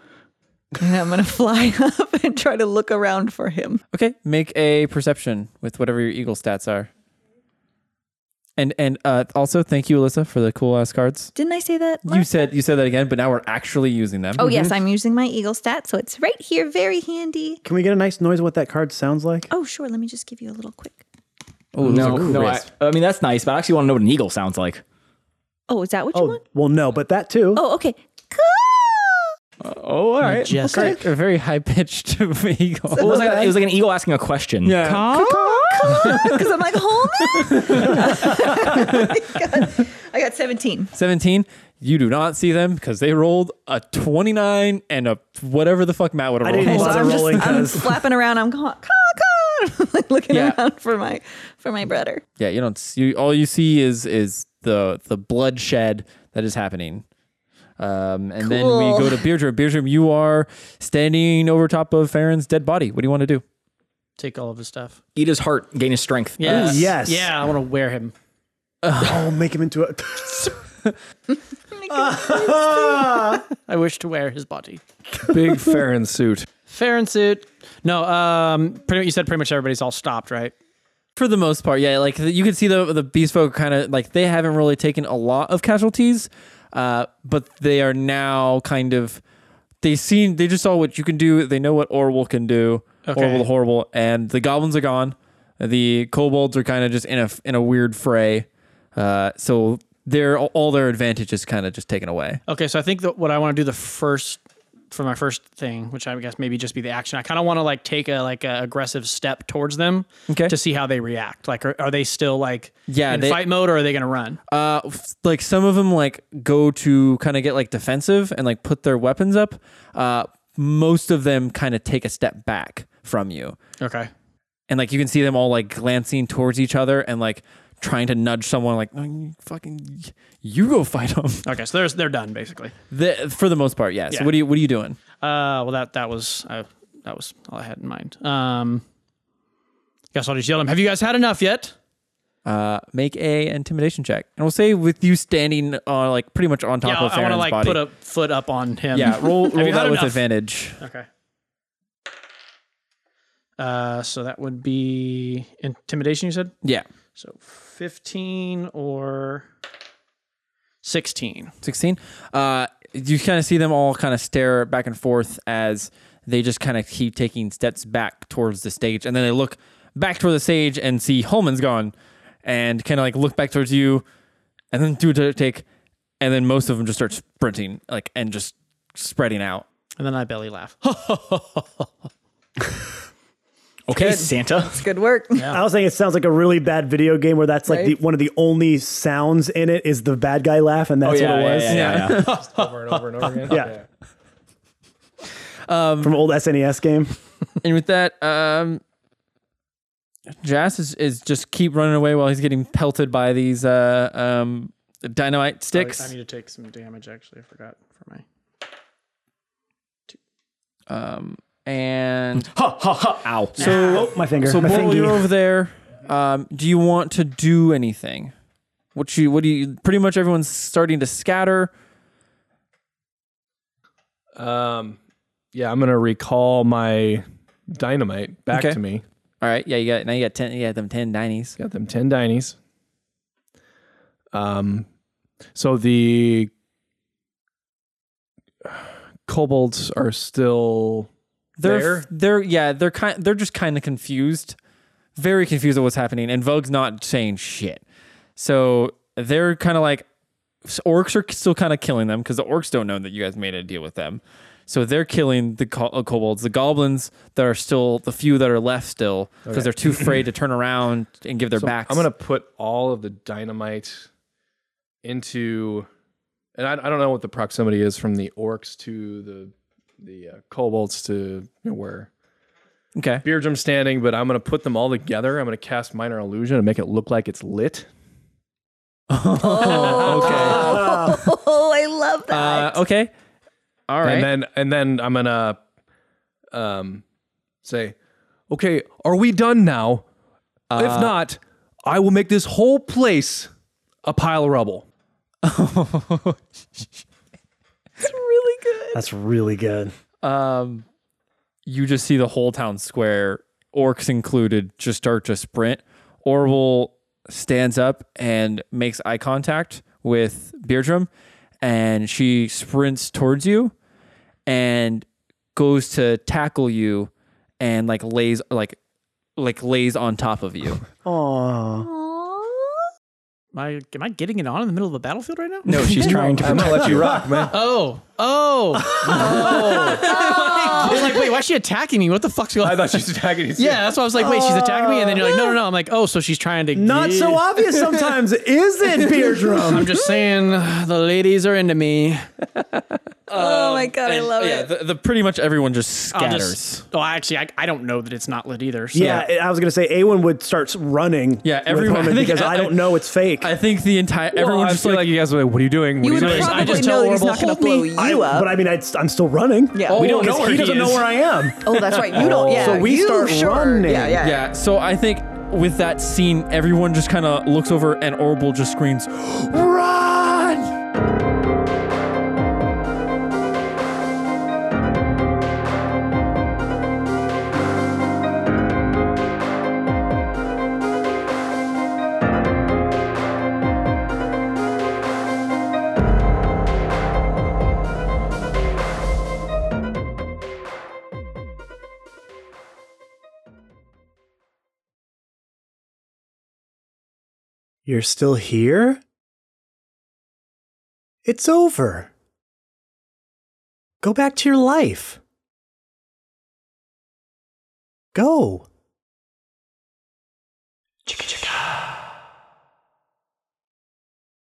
Speaker 7: and I'm gonna fly up and try to look around for him.
Speaker 2: Okay, make a perception with whatever your eagle stats are. And and uh, also thank you, Alyssa, for the cool ass cards.
Speaker 7: Didn't I say that?
Speaker 2: You said you said that again, but now we're actually using them.
Speaker 7: Oh yes, I'm using my eagle stat, so it's right here, very handy.
Speaker 5: Can we get a nice noise of what that card sounds like?
Speaker 7: Oh sure, let me just give you a little quick.
Speaker 2: Oh
Speaker 4: no, no. I, I mean, that's nice, but I actually want to know what an eagle sounds like.
Speaker 7: Oh, is that what you
Speaker 5: Oh,
Speaker 7: want?
Speaker 5: well, no, but that too.
Speaker 7: Oh okay.
Speaker 4: Oh, all right.
Speaker 2: Majestic, a very high pitched eagle.
Speaker 4: Well, it, was like, it was like an eagle asking a question.
Speaker 2: Yeah.
Speaker 7: Because I'm like, hold on. I got- I got 17.
Speaker 2: Seventeen. You do not see them because they rolled a twenty nine and a whatever the fuck Matt would
Speaker 5: I
Speaker 2: have
Speaker 5: didn't
Speaker 2: rolled.
Speaker 5: bother
Speaker 7: I'm
Speaker 5: rolling
Speaker 7: just I'm
Speaker 5: 'cause-
Speaker 7: flapping around. I'm going, "Caw, caw," like looking
Speaker 2: Yeah.
Speaker 7: around for my for my brother.
Speaker 2: Yeah, you don't. See, all you see is is the the bloodshed that is happening. Um, and then we
Speaker 7: Cool.
Speaker 2: go to Beardrum. Beardrum, you are standing over top of Farron's dead body. What do you want to do?
Speaker 6: Take all of his stuff.
Speaker 4: Eat his heart, gain his strength.
Speaker 6: Yes.
Speaker 5: yes.
Speaker 6: Yeah, I want to wear him.
Speaker 5: Oh, make him into a.
Speaker 6: I wish to wear his body.
Speaker 1: Big Farron suit.
Speaker 6: Fair and suit. No, um, pretty much, you said pretty much everybody's all stopped, right?
Speaker 2: For the most part, yeah. Like you can see the the beast folk kind of like they haven't really taken a lot of casualties, uh, but they are now kind of they seen they just saw what you can do. They know what Orwell can do.
Speaker 6: Okay.
Speaker 2: Orwell the horrible, and the goblins are gone. The kobolds are kind of just in a in a weird fray, uh, so their all their advantage is kind of just taken away.
Speaker 6: Okay, so I think that what I want to do the first for my first thing, which I guess maybe just be the action. I kind of want to like take a like a aggressive step towards them
Speaker 2: Okay.
Speaker 6: to see how they react. Like, are, are they still like
Speaker 2: Yeah,
Speaker 6: in
Speaker 2: they-
Speaker 6: fight mode or are they going to run?
Speaker 2: Uh, f- like some of them like go to kind of get like defensive and like put their weapons up. Uh, most of them kind of take a step back from you,
Speaker 6: Okay,
Speaker 2: and like you can see them all like glancing towards each other and like trying to nudge someone. Like "No, you fucking, you go fight them.
Speaker 6: okay, so they're they're done basically.
Speaker 2: The, for the most part, yes.
Speaker 6: Yeah.
Speaker 2: What are you What are you doing?
Speaker 6: Uh, well that that was uh, that was all I had in mind. Um, guess I'll just yell at them. Have you guys had enough yet?
Speaker 2: Uh, make a intimidation check, and we'll say with you standing on like pretty much on top of
Speaker 6: yeah, I want to
Speaker 2: Farron's
Speaker 6: like
Speaker 2: body.
Speaker 6: put a foot up on him.
Speaker 2: yeah, roll
Speaker 6: Have you
Speaker 2: roll
Speaker 6: had
Speaker 2: that with
Speaker 6: enough?
Speaker 2: advantage.
Speaker 6: Okay. Uh, so that would be intimidation. You said
Speaker 2: Yeah,
Speaker 6: so, fifteen or sixteen.
Speaker 2: 16 uh you kind of see them all kind of stare back and forth as they just kind of keep taking steps back towards the stage and then they look back toward the stage and see holman's gone and kind of like look back towards you and then do a take and then most of them just start sprinting like and just spreading out
Speaker 6: And then I belly laugh. Oh,
Speaker 4: Okay, Santa.
Speaker 7: It's good work.
Speaker 5: I was thinking it sounds like a really bad video game where that's like the,
Speaker 7: Right?
Speaker 5: one of the only sounds in it is the bad guy laugh, and that's
Speaker 4: yeah,
Speaker 5: what it
Speaker 4: Oh, yeah,
Speaker 5: was.
Speaker 4: yeah, yeah, yeah.
Speaker 1: over and over and over again.
Speaker 5: Yeah. From old SNES game.
Speaker 2: Um, and with that um jazz is, is just keep running away while he's getting pelted by these uh um dynamite sticks
Speaker 6: I need to take some damage. Actually, I forgot for my.
Speaker 2: um and
Speaker 4: Ha ha ha! Ow.
Speaker 2: so
Speaker 5: Oh, my finger.
Speaker 2: So
Speaker 5: my
Speaker 2: Bull,
Speaker 5: fingy.
Speaker 2: you're over there. Um, do you want to do anything? What you what do you pretty much everyone's starting to scatter.
Speaker 1: Um, yeah, I'm gonna recall my dynamite back
Speaker 2: Okay.
Speaker 1: to me.
Speaker 2: All right, yeah, you got now you got ten you got them ten dinies.
Speaker 1: Got them ten dinies. Um, so the kobolds are still
Speaker 2: They're
Speaker 1: there.
Speaker 2: they're yeah, they're kind they're just kind of confused. Very confused at what's happening, and Vogue's not saying shit. So they're kind of like so orcs are still kind of killing them because the orcs don't know that you guys made a deal with them. So they're killing the co- uh, kobolds, the goblins that are still the few that are left still because they're too afraid to turn around and give their
Speaker 1: So
Speaker 2: backs.
Speaker 1: I'm gonna put all of the dynamite into, and I, I don't know what the proximity is from the orcs to the the uh, kobolds to you know, where
Speaker 2: okay.
Speaker 1: Beardrum standing, but I'm gonna put them all together. I'm gonna cast minor illusion and make it look like it's lit.
Speaker 7: Oh, I love
Speaker 2: Uh,
Speaker 7: that.
Speaker 2: okay. All right.
Speaker 1: And then and then I'm gonna um say, okay, are we done now? if not, I will make this whole place a pile of rubble.
Speaker 5: That's really good.
Speaker 2: um, you just see the whole town square, orcs included, just start to sprint. Orville stands up and makes eye contact with Beardrum, and she sprints towards you and goes to tackle you and like lays like like lays on top of you.
Speaker 5: Aww.
Speaker 6: Am I, am I getting it on in the middle of the battlefield right now?
Speaker 4: No, she's trying to.
Speaker 1: I'm gonna let you rock, man.
Speaker 6: Oh, oh, oh! I was like, wait, why is she attacking me? What the fuck's going?
Speaker 1: I
Speaker 6: on?
Speaker 1: thought she was attacking you. too.
Speaker 6: Yeah, that's why I was like, wait, she's attacking me, and then you're like, no, no, no. I'm like, oh, so she's trying to.
Speaker 5: Not so
Speaker 6: get-
Speaker 5: obvious sometimes, is it, Beardrum?
Speaker 6: I'm just saying, the ladies are into me.
Speaker 7: oh my god, I
Speaker 2: And,
Speaker 7: love
Speaker 2: yeah,
Speaker 7: it.
Speaker 2: The, the pretty much everyone just
Speaker 6: I'll
Speaker 2: scatters.
Speaker 6: just- oh, actually, I, I don't know that it's not lit either. So.
Speaker 5: Yeah, I was gonna say Awen would start running.
Speaker 2: Yeah,
Speaker 5: with
Speaker 2: everyone-
Speaker 5: Roman
Speaker 2: I think-
Speaker 5: because I, don't know it's fake.
Speaker 2: I think the entire
Speaker 1: Everyone
Speaker 2: everyone
Speaker 1: I
Speaker 2: just
Speaker 1: just feel
Speaker 2: like,
Speaker 1: like, you guys were like, what are you doing? What
Speaker 7: you
Speaker 1: are
Speaker 7: would
Speaker 1: doing?
Speaker 6: I
Speaker 7: probably
Speaker 6: just
Speaker 7: know
Speaker 6: tell
Speaker 7: that he's
Speaker 6: Orville,
Speaker 7: not going
Speaker 6: "Hold
Speaker 7: to blow
Speaker 6: me."
Speaker 7: you
Speaker 5: I-
Speaker 7: up.
Speaker 5: But I mean, I'd, I'm still running.
Speaker 7: Yeah. Oh,
Speaker 6: we don't know
Speaker 5: Because
Speaker 6: where
Speaker 5: he
Speaker 6: he
Speaker 5: doesn't
Speaker 6: is.
Speaker 5: know where I am.
Speaker 7: oh, that's right. You don't. Yeah.
Speaker 5: So we
Speaker 7: you,
Speaker 5: start
Speaker 7: sure.
Speaker 5: running.
Speaker 7: Yeah, yeah.
Speaker 2: yeah. So I think with that scene, everyone just kind of looks over and Orble just screams,
Speaker 5: Run! You're still here? It's over. Go back to your life. Go.